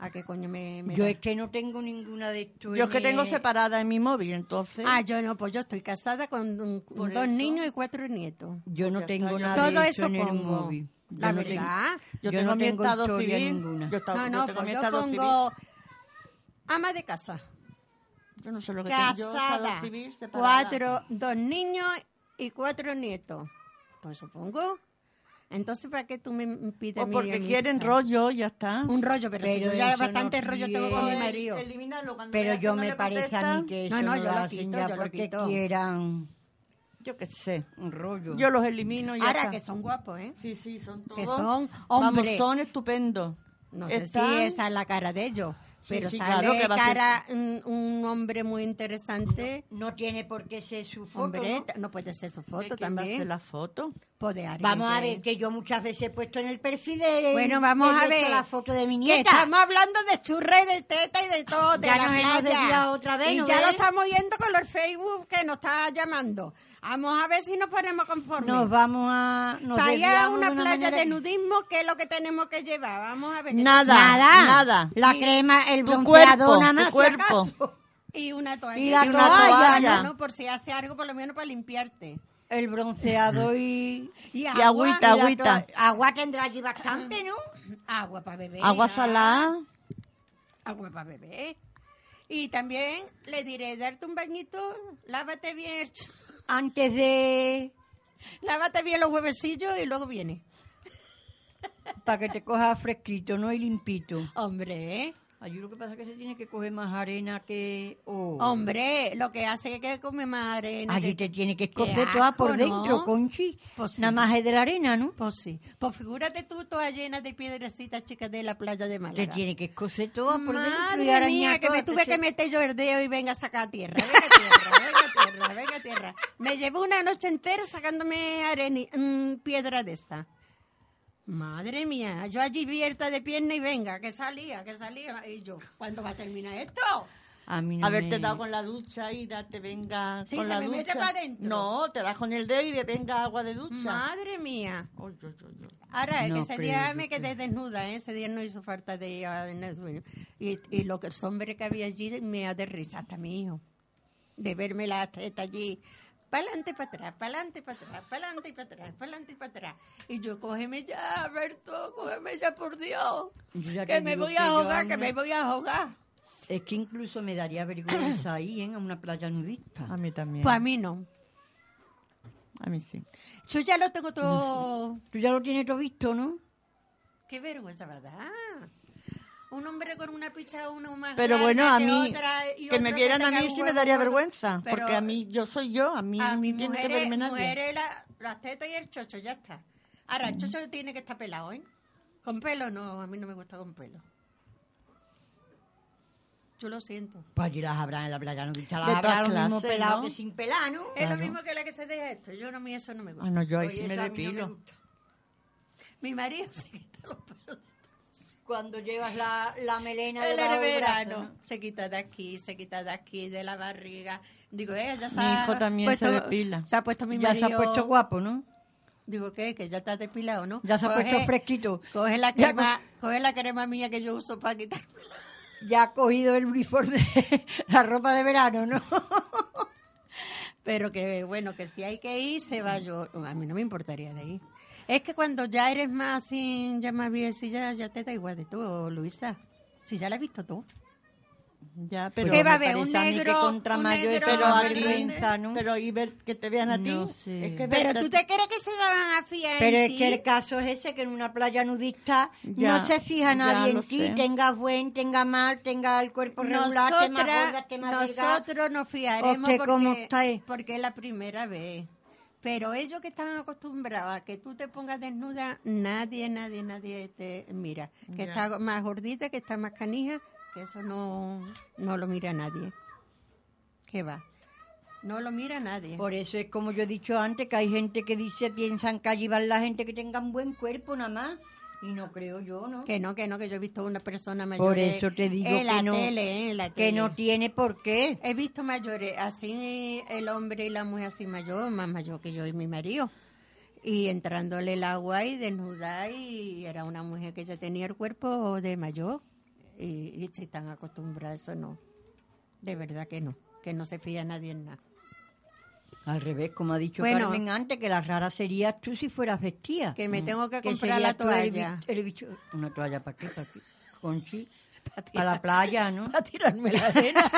S2: ¿A qué coño me, me
S3: Yo
S2: da?
S3: es que no tengo ninguna de estos.
S6: Yo es que
S3: en
S6: tengo
S3: el-
S6: separada en mi móvil, entonces.
S2: Ah, yo no, pues yo estoy casada con un-
S6: Por
S2: dos
S6: eso.
S2: niños y cuatro nietos.
S3: Yo no
S6: Ya
S3: tengo
S6: está, yo-
S3: nada
S2: Todo
S3: de
S2: eso
S3: en el
S2: pongo.
S3: móvil. Yo
S6: Ah,
S2: La
S3: no tengo-
S2: verdad.
S3: yo
S6: yo, tengo
S3: no
S6: mi
S3: tengo
S6: estado
S3: historia
S6: civil.
S3: ninguna.
S6: Yo, esta-
S2: No,
S6: yo
S2: no,
S6: tengo
S2: pues
S6: mi
S2: yo
S6: estado
S2: pongo ama de casa,
S6: civil. Yo no sé lo que tengo. Yo,
S2: casada,
S6: estado civil, separada.
S2: cuatro, dos niños y cuatro nietos. Pues eso pongo. Entonces, ¿para qué tú me pides
S6: O
S2: mi
S6: porque
S2: mi-
S6: quieren rollo, ya está.
S2: Eh, Un rollo, pero, si
S3: Pero
S2: yo ya
S3: eso
S2: bastante
S3: no
S2: rollo tengo con mi
S3: tiene-
S2: marido.
S6: Elimínalo cuando
S3: Pero
S6: veas que
S3: yo
S6: no
S3: me
S6: le
S3: parece a mí
S6: contestan.
S3: que
S2: No,
S3: eso
S2: no,
S3: no,
S2: yo
S3: lo
S2: lo
S3: hacen
S2: quito,
S3: ya
S2: yo lo
S3: porque
S2: quito.
S3: quieran
S6: Yo qué sé.
S3: un rollo.
S6: Yo los elimino y ya
S2: Ahora
S6: está.
S2: que son guapos, ¿eh?
S6: Sí, sí, son todos.
S2: Que son
S6: Vamos,
S2: hombres.
S6: son estupendos.
S2: No sé
S6: Están-
S2: si esa es la cara de ellos,
S6: Sí,
S2: pero
S6: sí,
S2: sale
S6: claro que va a ser-
S2: cara un, un hombre muy interesante.
S3: No tiene por qué ser su foto,
S2: hombre,
S3: ¿no?
S2: ta- ¿no? puede ser su
S6: ¿De
S2: foto
S6: quién va a hacer
S2: también.
S6: la foto?
S2: Pues de alguien
S3: Vamos a
S2: que-
S3: ver, que yo muchas veces he puesto en el perfil de...
S2: Bueno, vamos
S3: he
S2: a
S3: puesto
S2: ver.
S3: la foto de mi
S2: Que
S3: nieta.
S2: estamos hablando de churra y de teta y de todo, de
S3: Ya
S2: la
S3: nos hemos
S2: playa.
S3: desviado otra vez,
S2: y
S3: ¿no
S2: ya lo
S3: ves?
S2: estamos viendo con los Facebook que nos está llamando. Vamos a ver si nos ponemos conformes.
S3: Nos vamos a... Nos
S2: Para ir a
S3: desviamos
S2: una,
S3: de
S2: playa
S3: manera-
S2: de nudismo, ¿qué es lo que tenemos que llevar? Vamos a ver. qué
S6: Nada,
S3: Nada.
S6: nada.
S3: La crema, el
S6: Tu
S3: bronceador,
S6: cuerpo,
S3: nada
S6: tu
S3: más,
S6: cuerpo.
S3: si acaso.
S2: Y una toalla.
S3: Y la
S6: Y una toalla. toalla.
S2: No, por si hace algo, por lo menos para limpiarte.
S3: El bronceador y...
S2: Y
S6: Y agüita,
S3: y la
S6: agüita.
S3: toalla. Agua tendrá allí bastante, ¿no?
S2: Agua para beber. ah,
S6: Agua salada.
S2: Agua para beber. Y también le diré, darte un bañito, lávate bien, el ch-
S3: Antes de...
S2: lávate bien los huevecillos y luego viene.
S3: Para que te coja fresquito, ¿no? Y limpito.
S2: Hombre, ¿eh?
S3: Allí lo que pasa es que se tiene que coger más arena que... oh.
S2: hombre, lo que hace es que come más arena.
S3: Allí
S2: que-
S3: te tiene que
S2: Qué
S3: escoger toda
S2: asco,
S3: por
S2: ¿no?
S3: dentro, Conchi.
S2: Pues sí.
S3: Nada más es de la arena, ¿no?
S2: Pues sí. Pues figúrate tú toda llena de piedrecitas chicas de la playa de Málaga.
S3: Te tiene que escoger toda por dentro y
S2: Madre
S3: arañar
S2: mía, que
S3: toda,
S2: me tuve
S3: te-
S2: que meter yo el dedo y venga a sacar tierra. Venga tierra, venga tierra, venga tierra. Me llevó una noche entera sacándome arena, mm, piedra de esa. Madre mía, yo allí abierta de pierna y venga, que salía, que salía. Y yo, ¿cuándo va a terminar esto?
S3: A mí no
S6: Haberte
S3: me-
S6: dado con la ducha y darte venga
S2: Sí,
S6: con
S2: se
S6: la
S2: me
S6: ducha.
S2: mete pa' adentro.
S6: No, te das con el dedo y te venga agua de ducha.
S2: Madre mía.
S6: Ay, ay, ay, ay.
S2: Ahora,
S3: No
S2: que ese
S3: creo,
S2: día
S3: yo
S2: me quedé desnuda, ¿eh? ese día no hizo falta de ir a desnudo. Y, y lo que el hombre que había allí me ha de risa, hasta mi hijo. De verme la teta allí, para adelante, para atrás, para adelante, para atrás, para adelante y para atrás, para adelante y para atrás. Y yo, cógeme ya, Berto, cógeme ya, por Dios.
S3: Yo ya
S2: que
S3: te
S2: me
S3: digo
S2: voy
S3: que
S2: a
S3: yo, ¿eh?
S2: ahogar, que
S3: Ana-
S2: me voy a ahogar.
S3: Es que incluso me daría vergüenza ahí, ¿eh? A una playa nudista.
S6: A mí también.
S2: Pues a mí no.
S6: A mí sí.
S2: Yo ya lo tengo todo.
S3: Tú ya lo tienes todo visto, ¿no?
S2: Qué vergüenza, ¿verdad? Un hombre con una picha, uno más
S6: Pero
S2: grande
S6: bueno, a
S2: que
S6: mí,
S2: otra y
S6: que me
S2: otro
S6: vieran a
S2: tenga
S6: mí
S2: un
S6: sí me
S2: huevo
S6: daría
S2: gordo.
S6: vergüenza,
S2: Pero
S6: porque a mí, yo soy yo, a mí
S2: a mis
S6: no tiene que
S2: mujeres,
S6: verme nadie.
S2: mujeres la- las tetas y el chocho, ya está. Ahora, el chocho tiene que estar pelado, ¿eh? Con pelo no, a mí no me gusta con pelo. Yo lo siento.
S3: Pues allí las habrán en la playa nudista. Las
S6: De
S3: habrá
S6: todas
S3: lo mismo
S6: clases,
S3: pelado
S6: ¿no?
S3: que sin pelar, ¿no?
S2: Es lo
S6: Claro.
S2: mismo que la que se deja esto. Yo no, a mí Eh, eso no me gusta.
S6: Ah, no, yo ahí
S3: Pues
S6: sí me
S3: eso a mí no
S6: depilo.
S3: gusta.
S2: Mi marido se quita los pelos.
S3: Cuando llevas la, la melena
S2: Él
S3: de
S2: era verano. Se quita de aquí, se quita de aquí, de la barriga. Digo, eh, ya se
S6: Mi
S2: ha
S6: hijo también se
S2: puesto-
S6: depila.
S2: Se ha puesto mi
S3: Ya se
S2: marido.
S3: ha puesto guapo, ¿no?
S2: Digo, ¿qué? Que ya está depilado, ¿no?
S3: Ya se ha puesto fresquito.
S2: Coge la
S3: Ya
S2: crema, coge la crema mía que yo uso para quitar.
S3: Ya ha cogido el uniforme, la ropa de verano, ¿no?
S2: Pero que bueno, que si hay que ir, se va yo. A mí no me importaría de ir. Es que cuando ya eres más sin llamar bien, si ya, ya te da igual de tú, Luisa. Si ya la has visto tú.
S6: Ya, pero
S2: ¿Qué va a haber? ¿Un negro? un negro
S6: pero
S2: más
S6: a ti,
S2: grande?
S6: pero y ver que te vean a ti. es que
S2: Pero
S6: verte-
S2: tú te crees que se van a fiar
S3: Pero
S2: en
S3: es que
S2: ti?
S3: el caso es ese, que en una playa nudista
S6: Ya,
S3: no se fija
S6: ya
S3: nadie
S6: lo
S3: en ti,
S6: sé.
S3: tenga buen, tenga mal, tenga el cuerpo regular,
S2: Nosotras-
S3: te más gorda, te más delgada.
S2: Nosotros nos fiaremos
S3: Usted,
S2: porque,
S3: ¿cómo estáis?
S2: porque es la primera vez. Pero ellos que están acostumbrados a que tú te pongas desnuda, nadie, nadie, nadie te mira. Que
S3: Ya.
S2: está más gordita, que está más canija, que eso no, no lo mira nadie. ¿Qué va? No lo mira nadie.
S3: Por eso es como yo he dicho antes, que hay gente que dice, piensan que allí van la gente que tengan buen cuerpo nada más. Y no creo yo, ¿no?
S2: Que no, que no, que yo he visto una persona mayor.
S3: Por eso te digo
S2: en la
S3: que no-
S2: tele, eh, en la
S3: que
S2: tele.
S3: no tiene por qué.
S2: He visto mayores, así el hombre y la mujer así mayor, más mayor que yo y mi marido. Y entrándole el agua y desnuda y era una mujer que ya tenía el cuerpo de mayor. Y, y si están acostumbrados, eso no. De verdad que no, que no se fía nadie en nada.
S3: Al revés, como ha dicho
S2: Bueno.
S3: Carmen antes, que la rara serías tú si fueras vestida.
S2: Que me
S3: Mm.
S2: tengo que comprar
S3: serías
S2: la
S3: tú el
S2: toalla.
S3: bi- el bicho- una toalla para qué, para qué, Conchi. Para la playa, ¿no? Para
S2: tirarme la arena.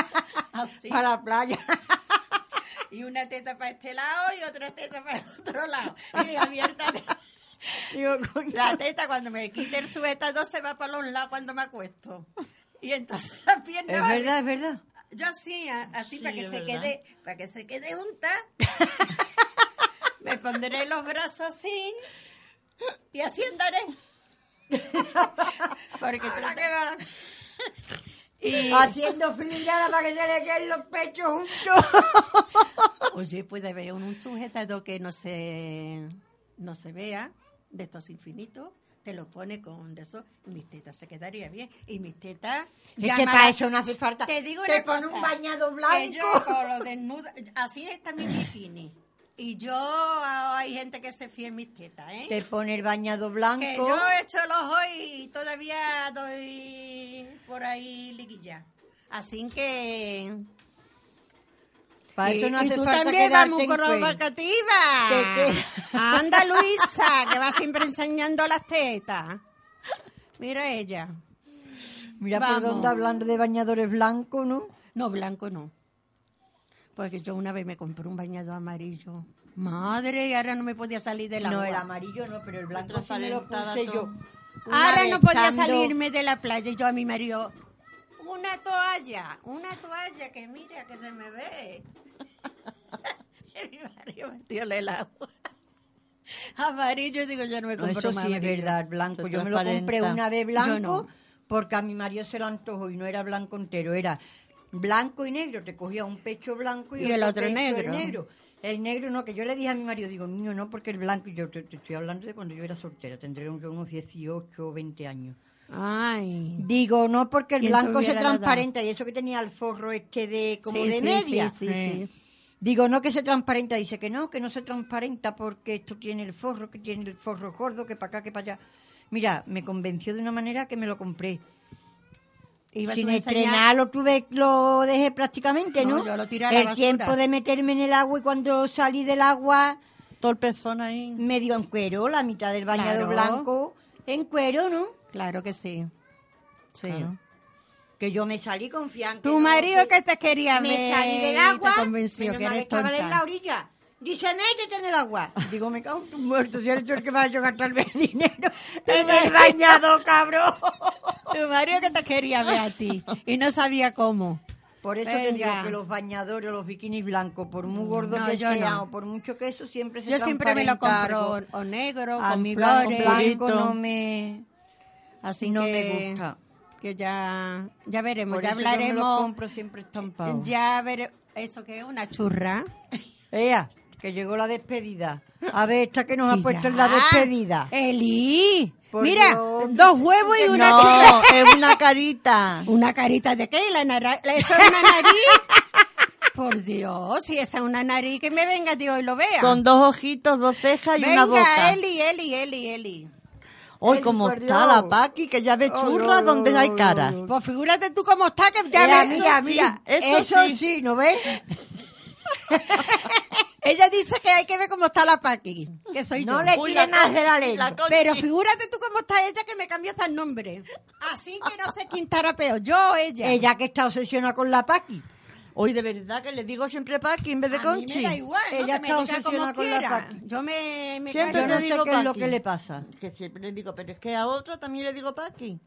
S3: Para la playa.
S2: Ah, Y una teta para este lado y otra teta para el otro lado. Y abierta. la teta cuando me quite el suéter, dos se va para los lados cuando me acuesto. Y entonces la pierna
S3: Es
S2: va-
S3: verdad, es verdad.
S2: Yo así, a- así para que
S3: es
S2: se
S3: verdad.
S2: quede, para que se quede junta. me pondré los brazos así y así andaré. Porque tú no te-
S3: Haciendo filigrana para que se le queden los pechos juntos.
S2: Oye, puede haber un, un sujetador que no se, no se vea, de estos infinitos, te lo pone con de eso, y mis tetas se quedaría bien. Y mis tetas.
S3: Es
S2: ya
S3: que
S2: más-
S3: para eso no hace falta.
S2: Te digo
S3: Te
S2: una
S3: pone
S2: cosa,
S3: un bañado
S2: Que yo
S3: blanco.
S2: con lo desnuda, así está mi bikini. Y yo, ah, hay gente que se fía en mis tetas, ¿eh?
S3: Te pone el bañado blanco.
S2: Que yo he hecho el ojo y todavía doy por ahí liguilla. Así que.
S3: Para
S2: y,
S3: eso no
S2: y
S3: hace
S2: tú
S3: falta
S2: también
S3: quedarte
S2: vamos
S3: en cuero.
S2: corroborativa.
S3: Te queda-
S2: Anda, Luisa, que va siempre enseñando las tetas. Mira ella.
S3: Mira por
S2: Vamos.
S3: dónde hablando de bañadores blancos, ¿no?
S2: No, blanco no. Porque yo una vez me compré un bañado amarillo. Madre, y ahora no me podía salir del agua.
S3: No, el amarillo no, pero el blanco sí me lo
S6: Transparentaba
S3: puse yo.
S6: todo.
S3: Una
S2: Ahora
S3: vez
S2: no podía
S3: estando-
S2: salirme de la playa y yo a mi marido, una toalla, una toalla que mira que se me ve. Y mi marido metióle el agua. Amarillo, digo, yo no me
S3: No,
S2: compro
S3: eso
S2: más
S3: sí es
S2: amarillo.
S3: verdad, blanco.
S2: Eso
S3: Yo me lo compré
S2: transparenta.
S3: una vez
S2: Yo
S3: blanco
S2: no.
S3: porque a mi marido se lo antojó y no era blanco entero, era blanco y negro. Te cogía un pecho blanco y,
S2: Y el otro
S3: pecho
S2: negro.
S3: El negro. El negro no, que yo le dije a mi marido, digo, niño, no, porque el blanco, y yo te, te estoy hablando de cuando yo era soltera, tendré yo unos 18 o 20 años.
S2: Ay.
S3: Digo, no, porque el
S2: ¿Quién te
S3: blanco se
S2: hubiera dado?
S3: transparenta y eso que tenía el forro este de como
S2: Sí,
S3: de
S2: sí,
S3: media.
S2: sí, sí,
S3: Eh.
S2: sí.
S3: Digo, no que se transparenta, dice que no, que no se transparenta porque esto tiene el forro, que tiene el forro gordo, que para acá, que para allá. Mira, me convenció de una manera que me lo compré.
S2: Iba
S3: Sin
S2: tú a enseñar-
S3: estrenarlo tuve, lo dejé prácticamente, ¿no?
S2: No, yo lo tiré a la
S3: el
S2: basura.
S3: tiempo de meterme en el agua y cuando salí del agua...
S6: Todo el pezón ahí.
S3: Me dio en cuero, la mitad del
S2: Claro.
S3: bañado blanco en cuero, ¿no?
S2: Claro que sí. Sí.
S3: Que yo me salí confiante.
S2: Tu
S3: ¿no?
S2: marido que te quería
S3: me
S2: ver
S3: salí del
S2: y
S3: agua,
S2: te convenció
S3: menos
S2: que
S3: mal
S2: eres
S3: estaba en
S2: tonta.
S3: la orilla. Dice, métete en el agua. Digo, me cago en tu muerto, si eres tú el que vas a gastarme el dinero en el bañado, cabrón.
S2: Tu marido que te quería ver a ti y no sabía cómo.
S3: Por eso te digo
S2: Venga. Mm,
S3: que los bañadores, los bikinis blancos, por muy gordo
S2: No,
S3: que
S2: yo
S3: sea
S2: no.
S3: o por mucho que eso, siempre se
S2: Yo siempre me lo
S3: transparenta
S2: compro
S3: algo.
S2: o o negro,
S3: A
S2: con
S3: mí blanco,
S2: flores.
S3: blanco no me...
S2: Así
S3: no
S2: que,
S3: me gusta.
S2: Que ya, ya veremos,
S3: Por
S2: ya
S3: eso yo me lo
S2: hablaremos.
S3: compro siempre estampado.
S2: Ya veremos. Eso que es una churra.
S3: Ea, que llegó la despedida. A ver, esta que nos ha
S2: Y
S3: puesto
S2: ya. Ah,
S3: en la despedida.
S2: Eli.
S3: Por
S2: Mira,
S3: Dios.
S2: dos huevos y una
S6: No,
S2: churra.
S6: es una carita.
S2: ¿Una carita de qué? La nara- la- ¿Eso es una nariz? Por Dios, si esa es una nariz, que me venga Dios y lo vea.
S6: Con dos ojitos, dos cejas y
S2: venga,
S6: una boca.
S2: Eli, Eli, Eli, Eli.
S6: Hoy
S2: Eli,
S6: como
S2: por
S6: está
S2: Dios.
S6: la Paqui, que ya ve churras donde hay cara.
S2: Pues figúrate tú cómo está, que ya
S6: Mira,
S2: ves.
S6: mira, mira, eso
S2: ¿no ves? Ella dice que hay que ver cómo está la Paqui, que soy
S3: No
S2: yo.
S3: le Uy, la tire nada de la lengua. la Conchi.
S2: Pero figúrate tú cómo está ella, que me cambia hasta el nombre. Así que no sé quién estará peor, yo o ella.
S3: Ella que está obsesionada con la Paqui.
S6: Hoy de verdad que le digo siempre Paqui en vez de
S2: A mí
S6: Conchi.
S2: me da igual, ¿no?
S3: Ella
S2: que
S3: está
S2: me diga como
S3: obsesionada con la
S2: quiera.
S3: Paqui.
S2: Yo me, me
S6: Siempre
S2: callo,
S6: te
S2: no sé
S6: digo
S2: qué es lo
S6: Paqui.
S2: que le
S3: pasa.
S6: Que siempre le digo, pero es que a otro también le digo Paqui.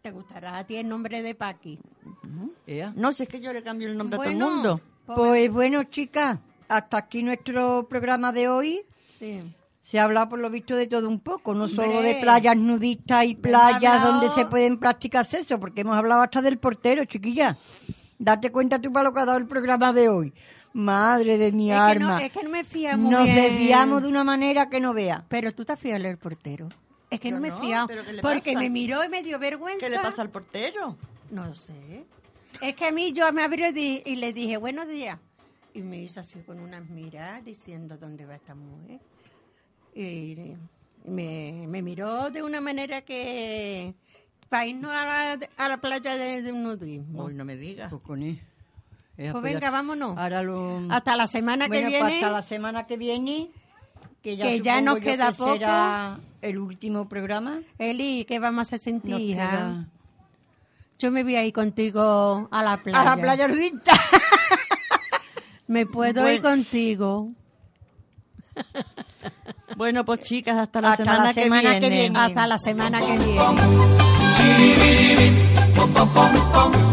S2: ¿Te gustará a ti el nombre de Paqui?
S6: No, si es que yo le cambio el nombre a todo
S3: Bueno,
S6: el mundo.
S3: Pues bueno, chicas, hasta aquí nuestro programa de hoy.
S2: Sí.
S3: Se ha hablado por lo visto de todo un poco, no solo
S2: Hombre.
S3: de playas nudistas y playas
S2: hablado-
S3: donde se pueden practicar sexo, porque hemos hablado hasta del portero, chiquilla. Date cuenta tú para lo que ha dado el programa de hoy. Madre de mi
S2: Es que no-
S3: arma.
S2: es que no me fía muy
S3: Nos
S2: bien.
S3: desviamos de una manera que no vea.
S2: Pero tú te has fiado del portero. Es que
S3: Yo
S2: no me he
S3: no,
S2: fiado.
S3: ¿pero qué le
S2: Porque
S3: pasa?
S2: me miró y me dio vergüenza.
S6: ¿Qué le pasa al portero?
S2: No sé. Es que a mí yo me abrió y, di- y le dije, buenos días. Y me hizo así con unas miradas diciendo dónde va esta mujer. Y me, me miró de una manera que para irnos a la, a la playa de, de un nudismo.
S6: Hoy no me digas.
S2: Pues venga, vámonos.
S3: Eh, Ahora lo...
S2: Hasta la semana
S3: Bueno,
S2: que
S3: pues
S2: viene.
S3: Hasta la semana que viene. Que ya,
S2: Que ya
S3: supongo
S2: nos
S3: yo
S2: queda
S3: que será
S2: poco.
S3: el último programa.
S2: Eli, ¿qué vamos a sentir,
S3: Nos
S2: hija?
S3: queda-
S2: Yo me voy a ir contigo a la playa.
S3: A la playa nudista.
S2: Me puedo ir
S6: Bueno.
S2: contigo.
S6: Bueno, pues chicas, hasta la,
S2: Hasta la
S6: semana,
S2: semana que
S6: que viene.
S2: viene. Hasta la semana que viene.
S1: Chiribiribim, pom, pom, pom, pom.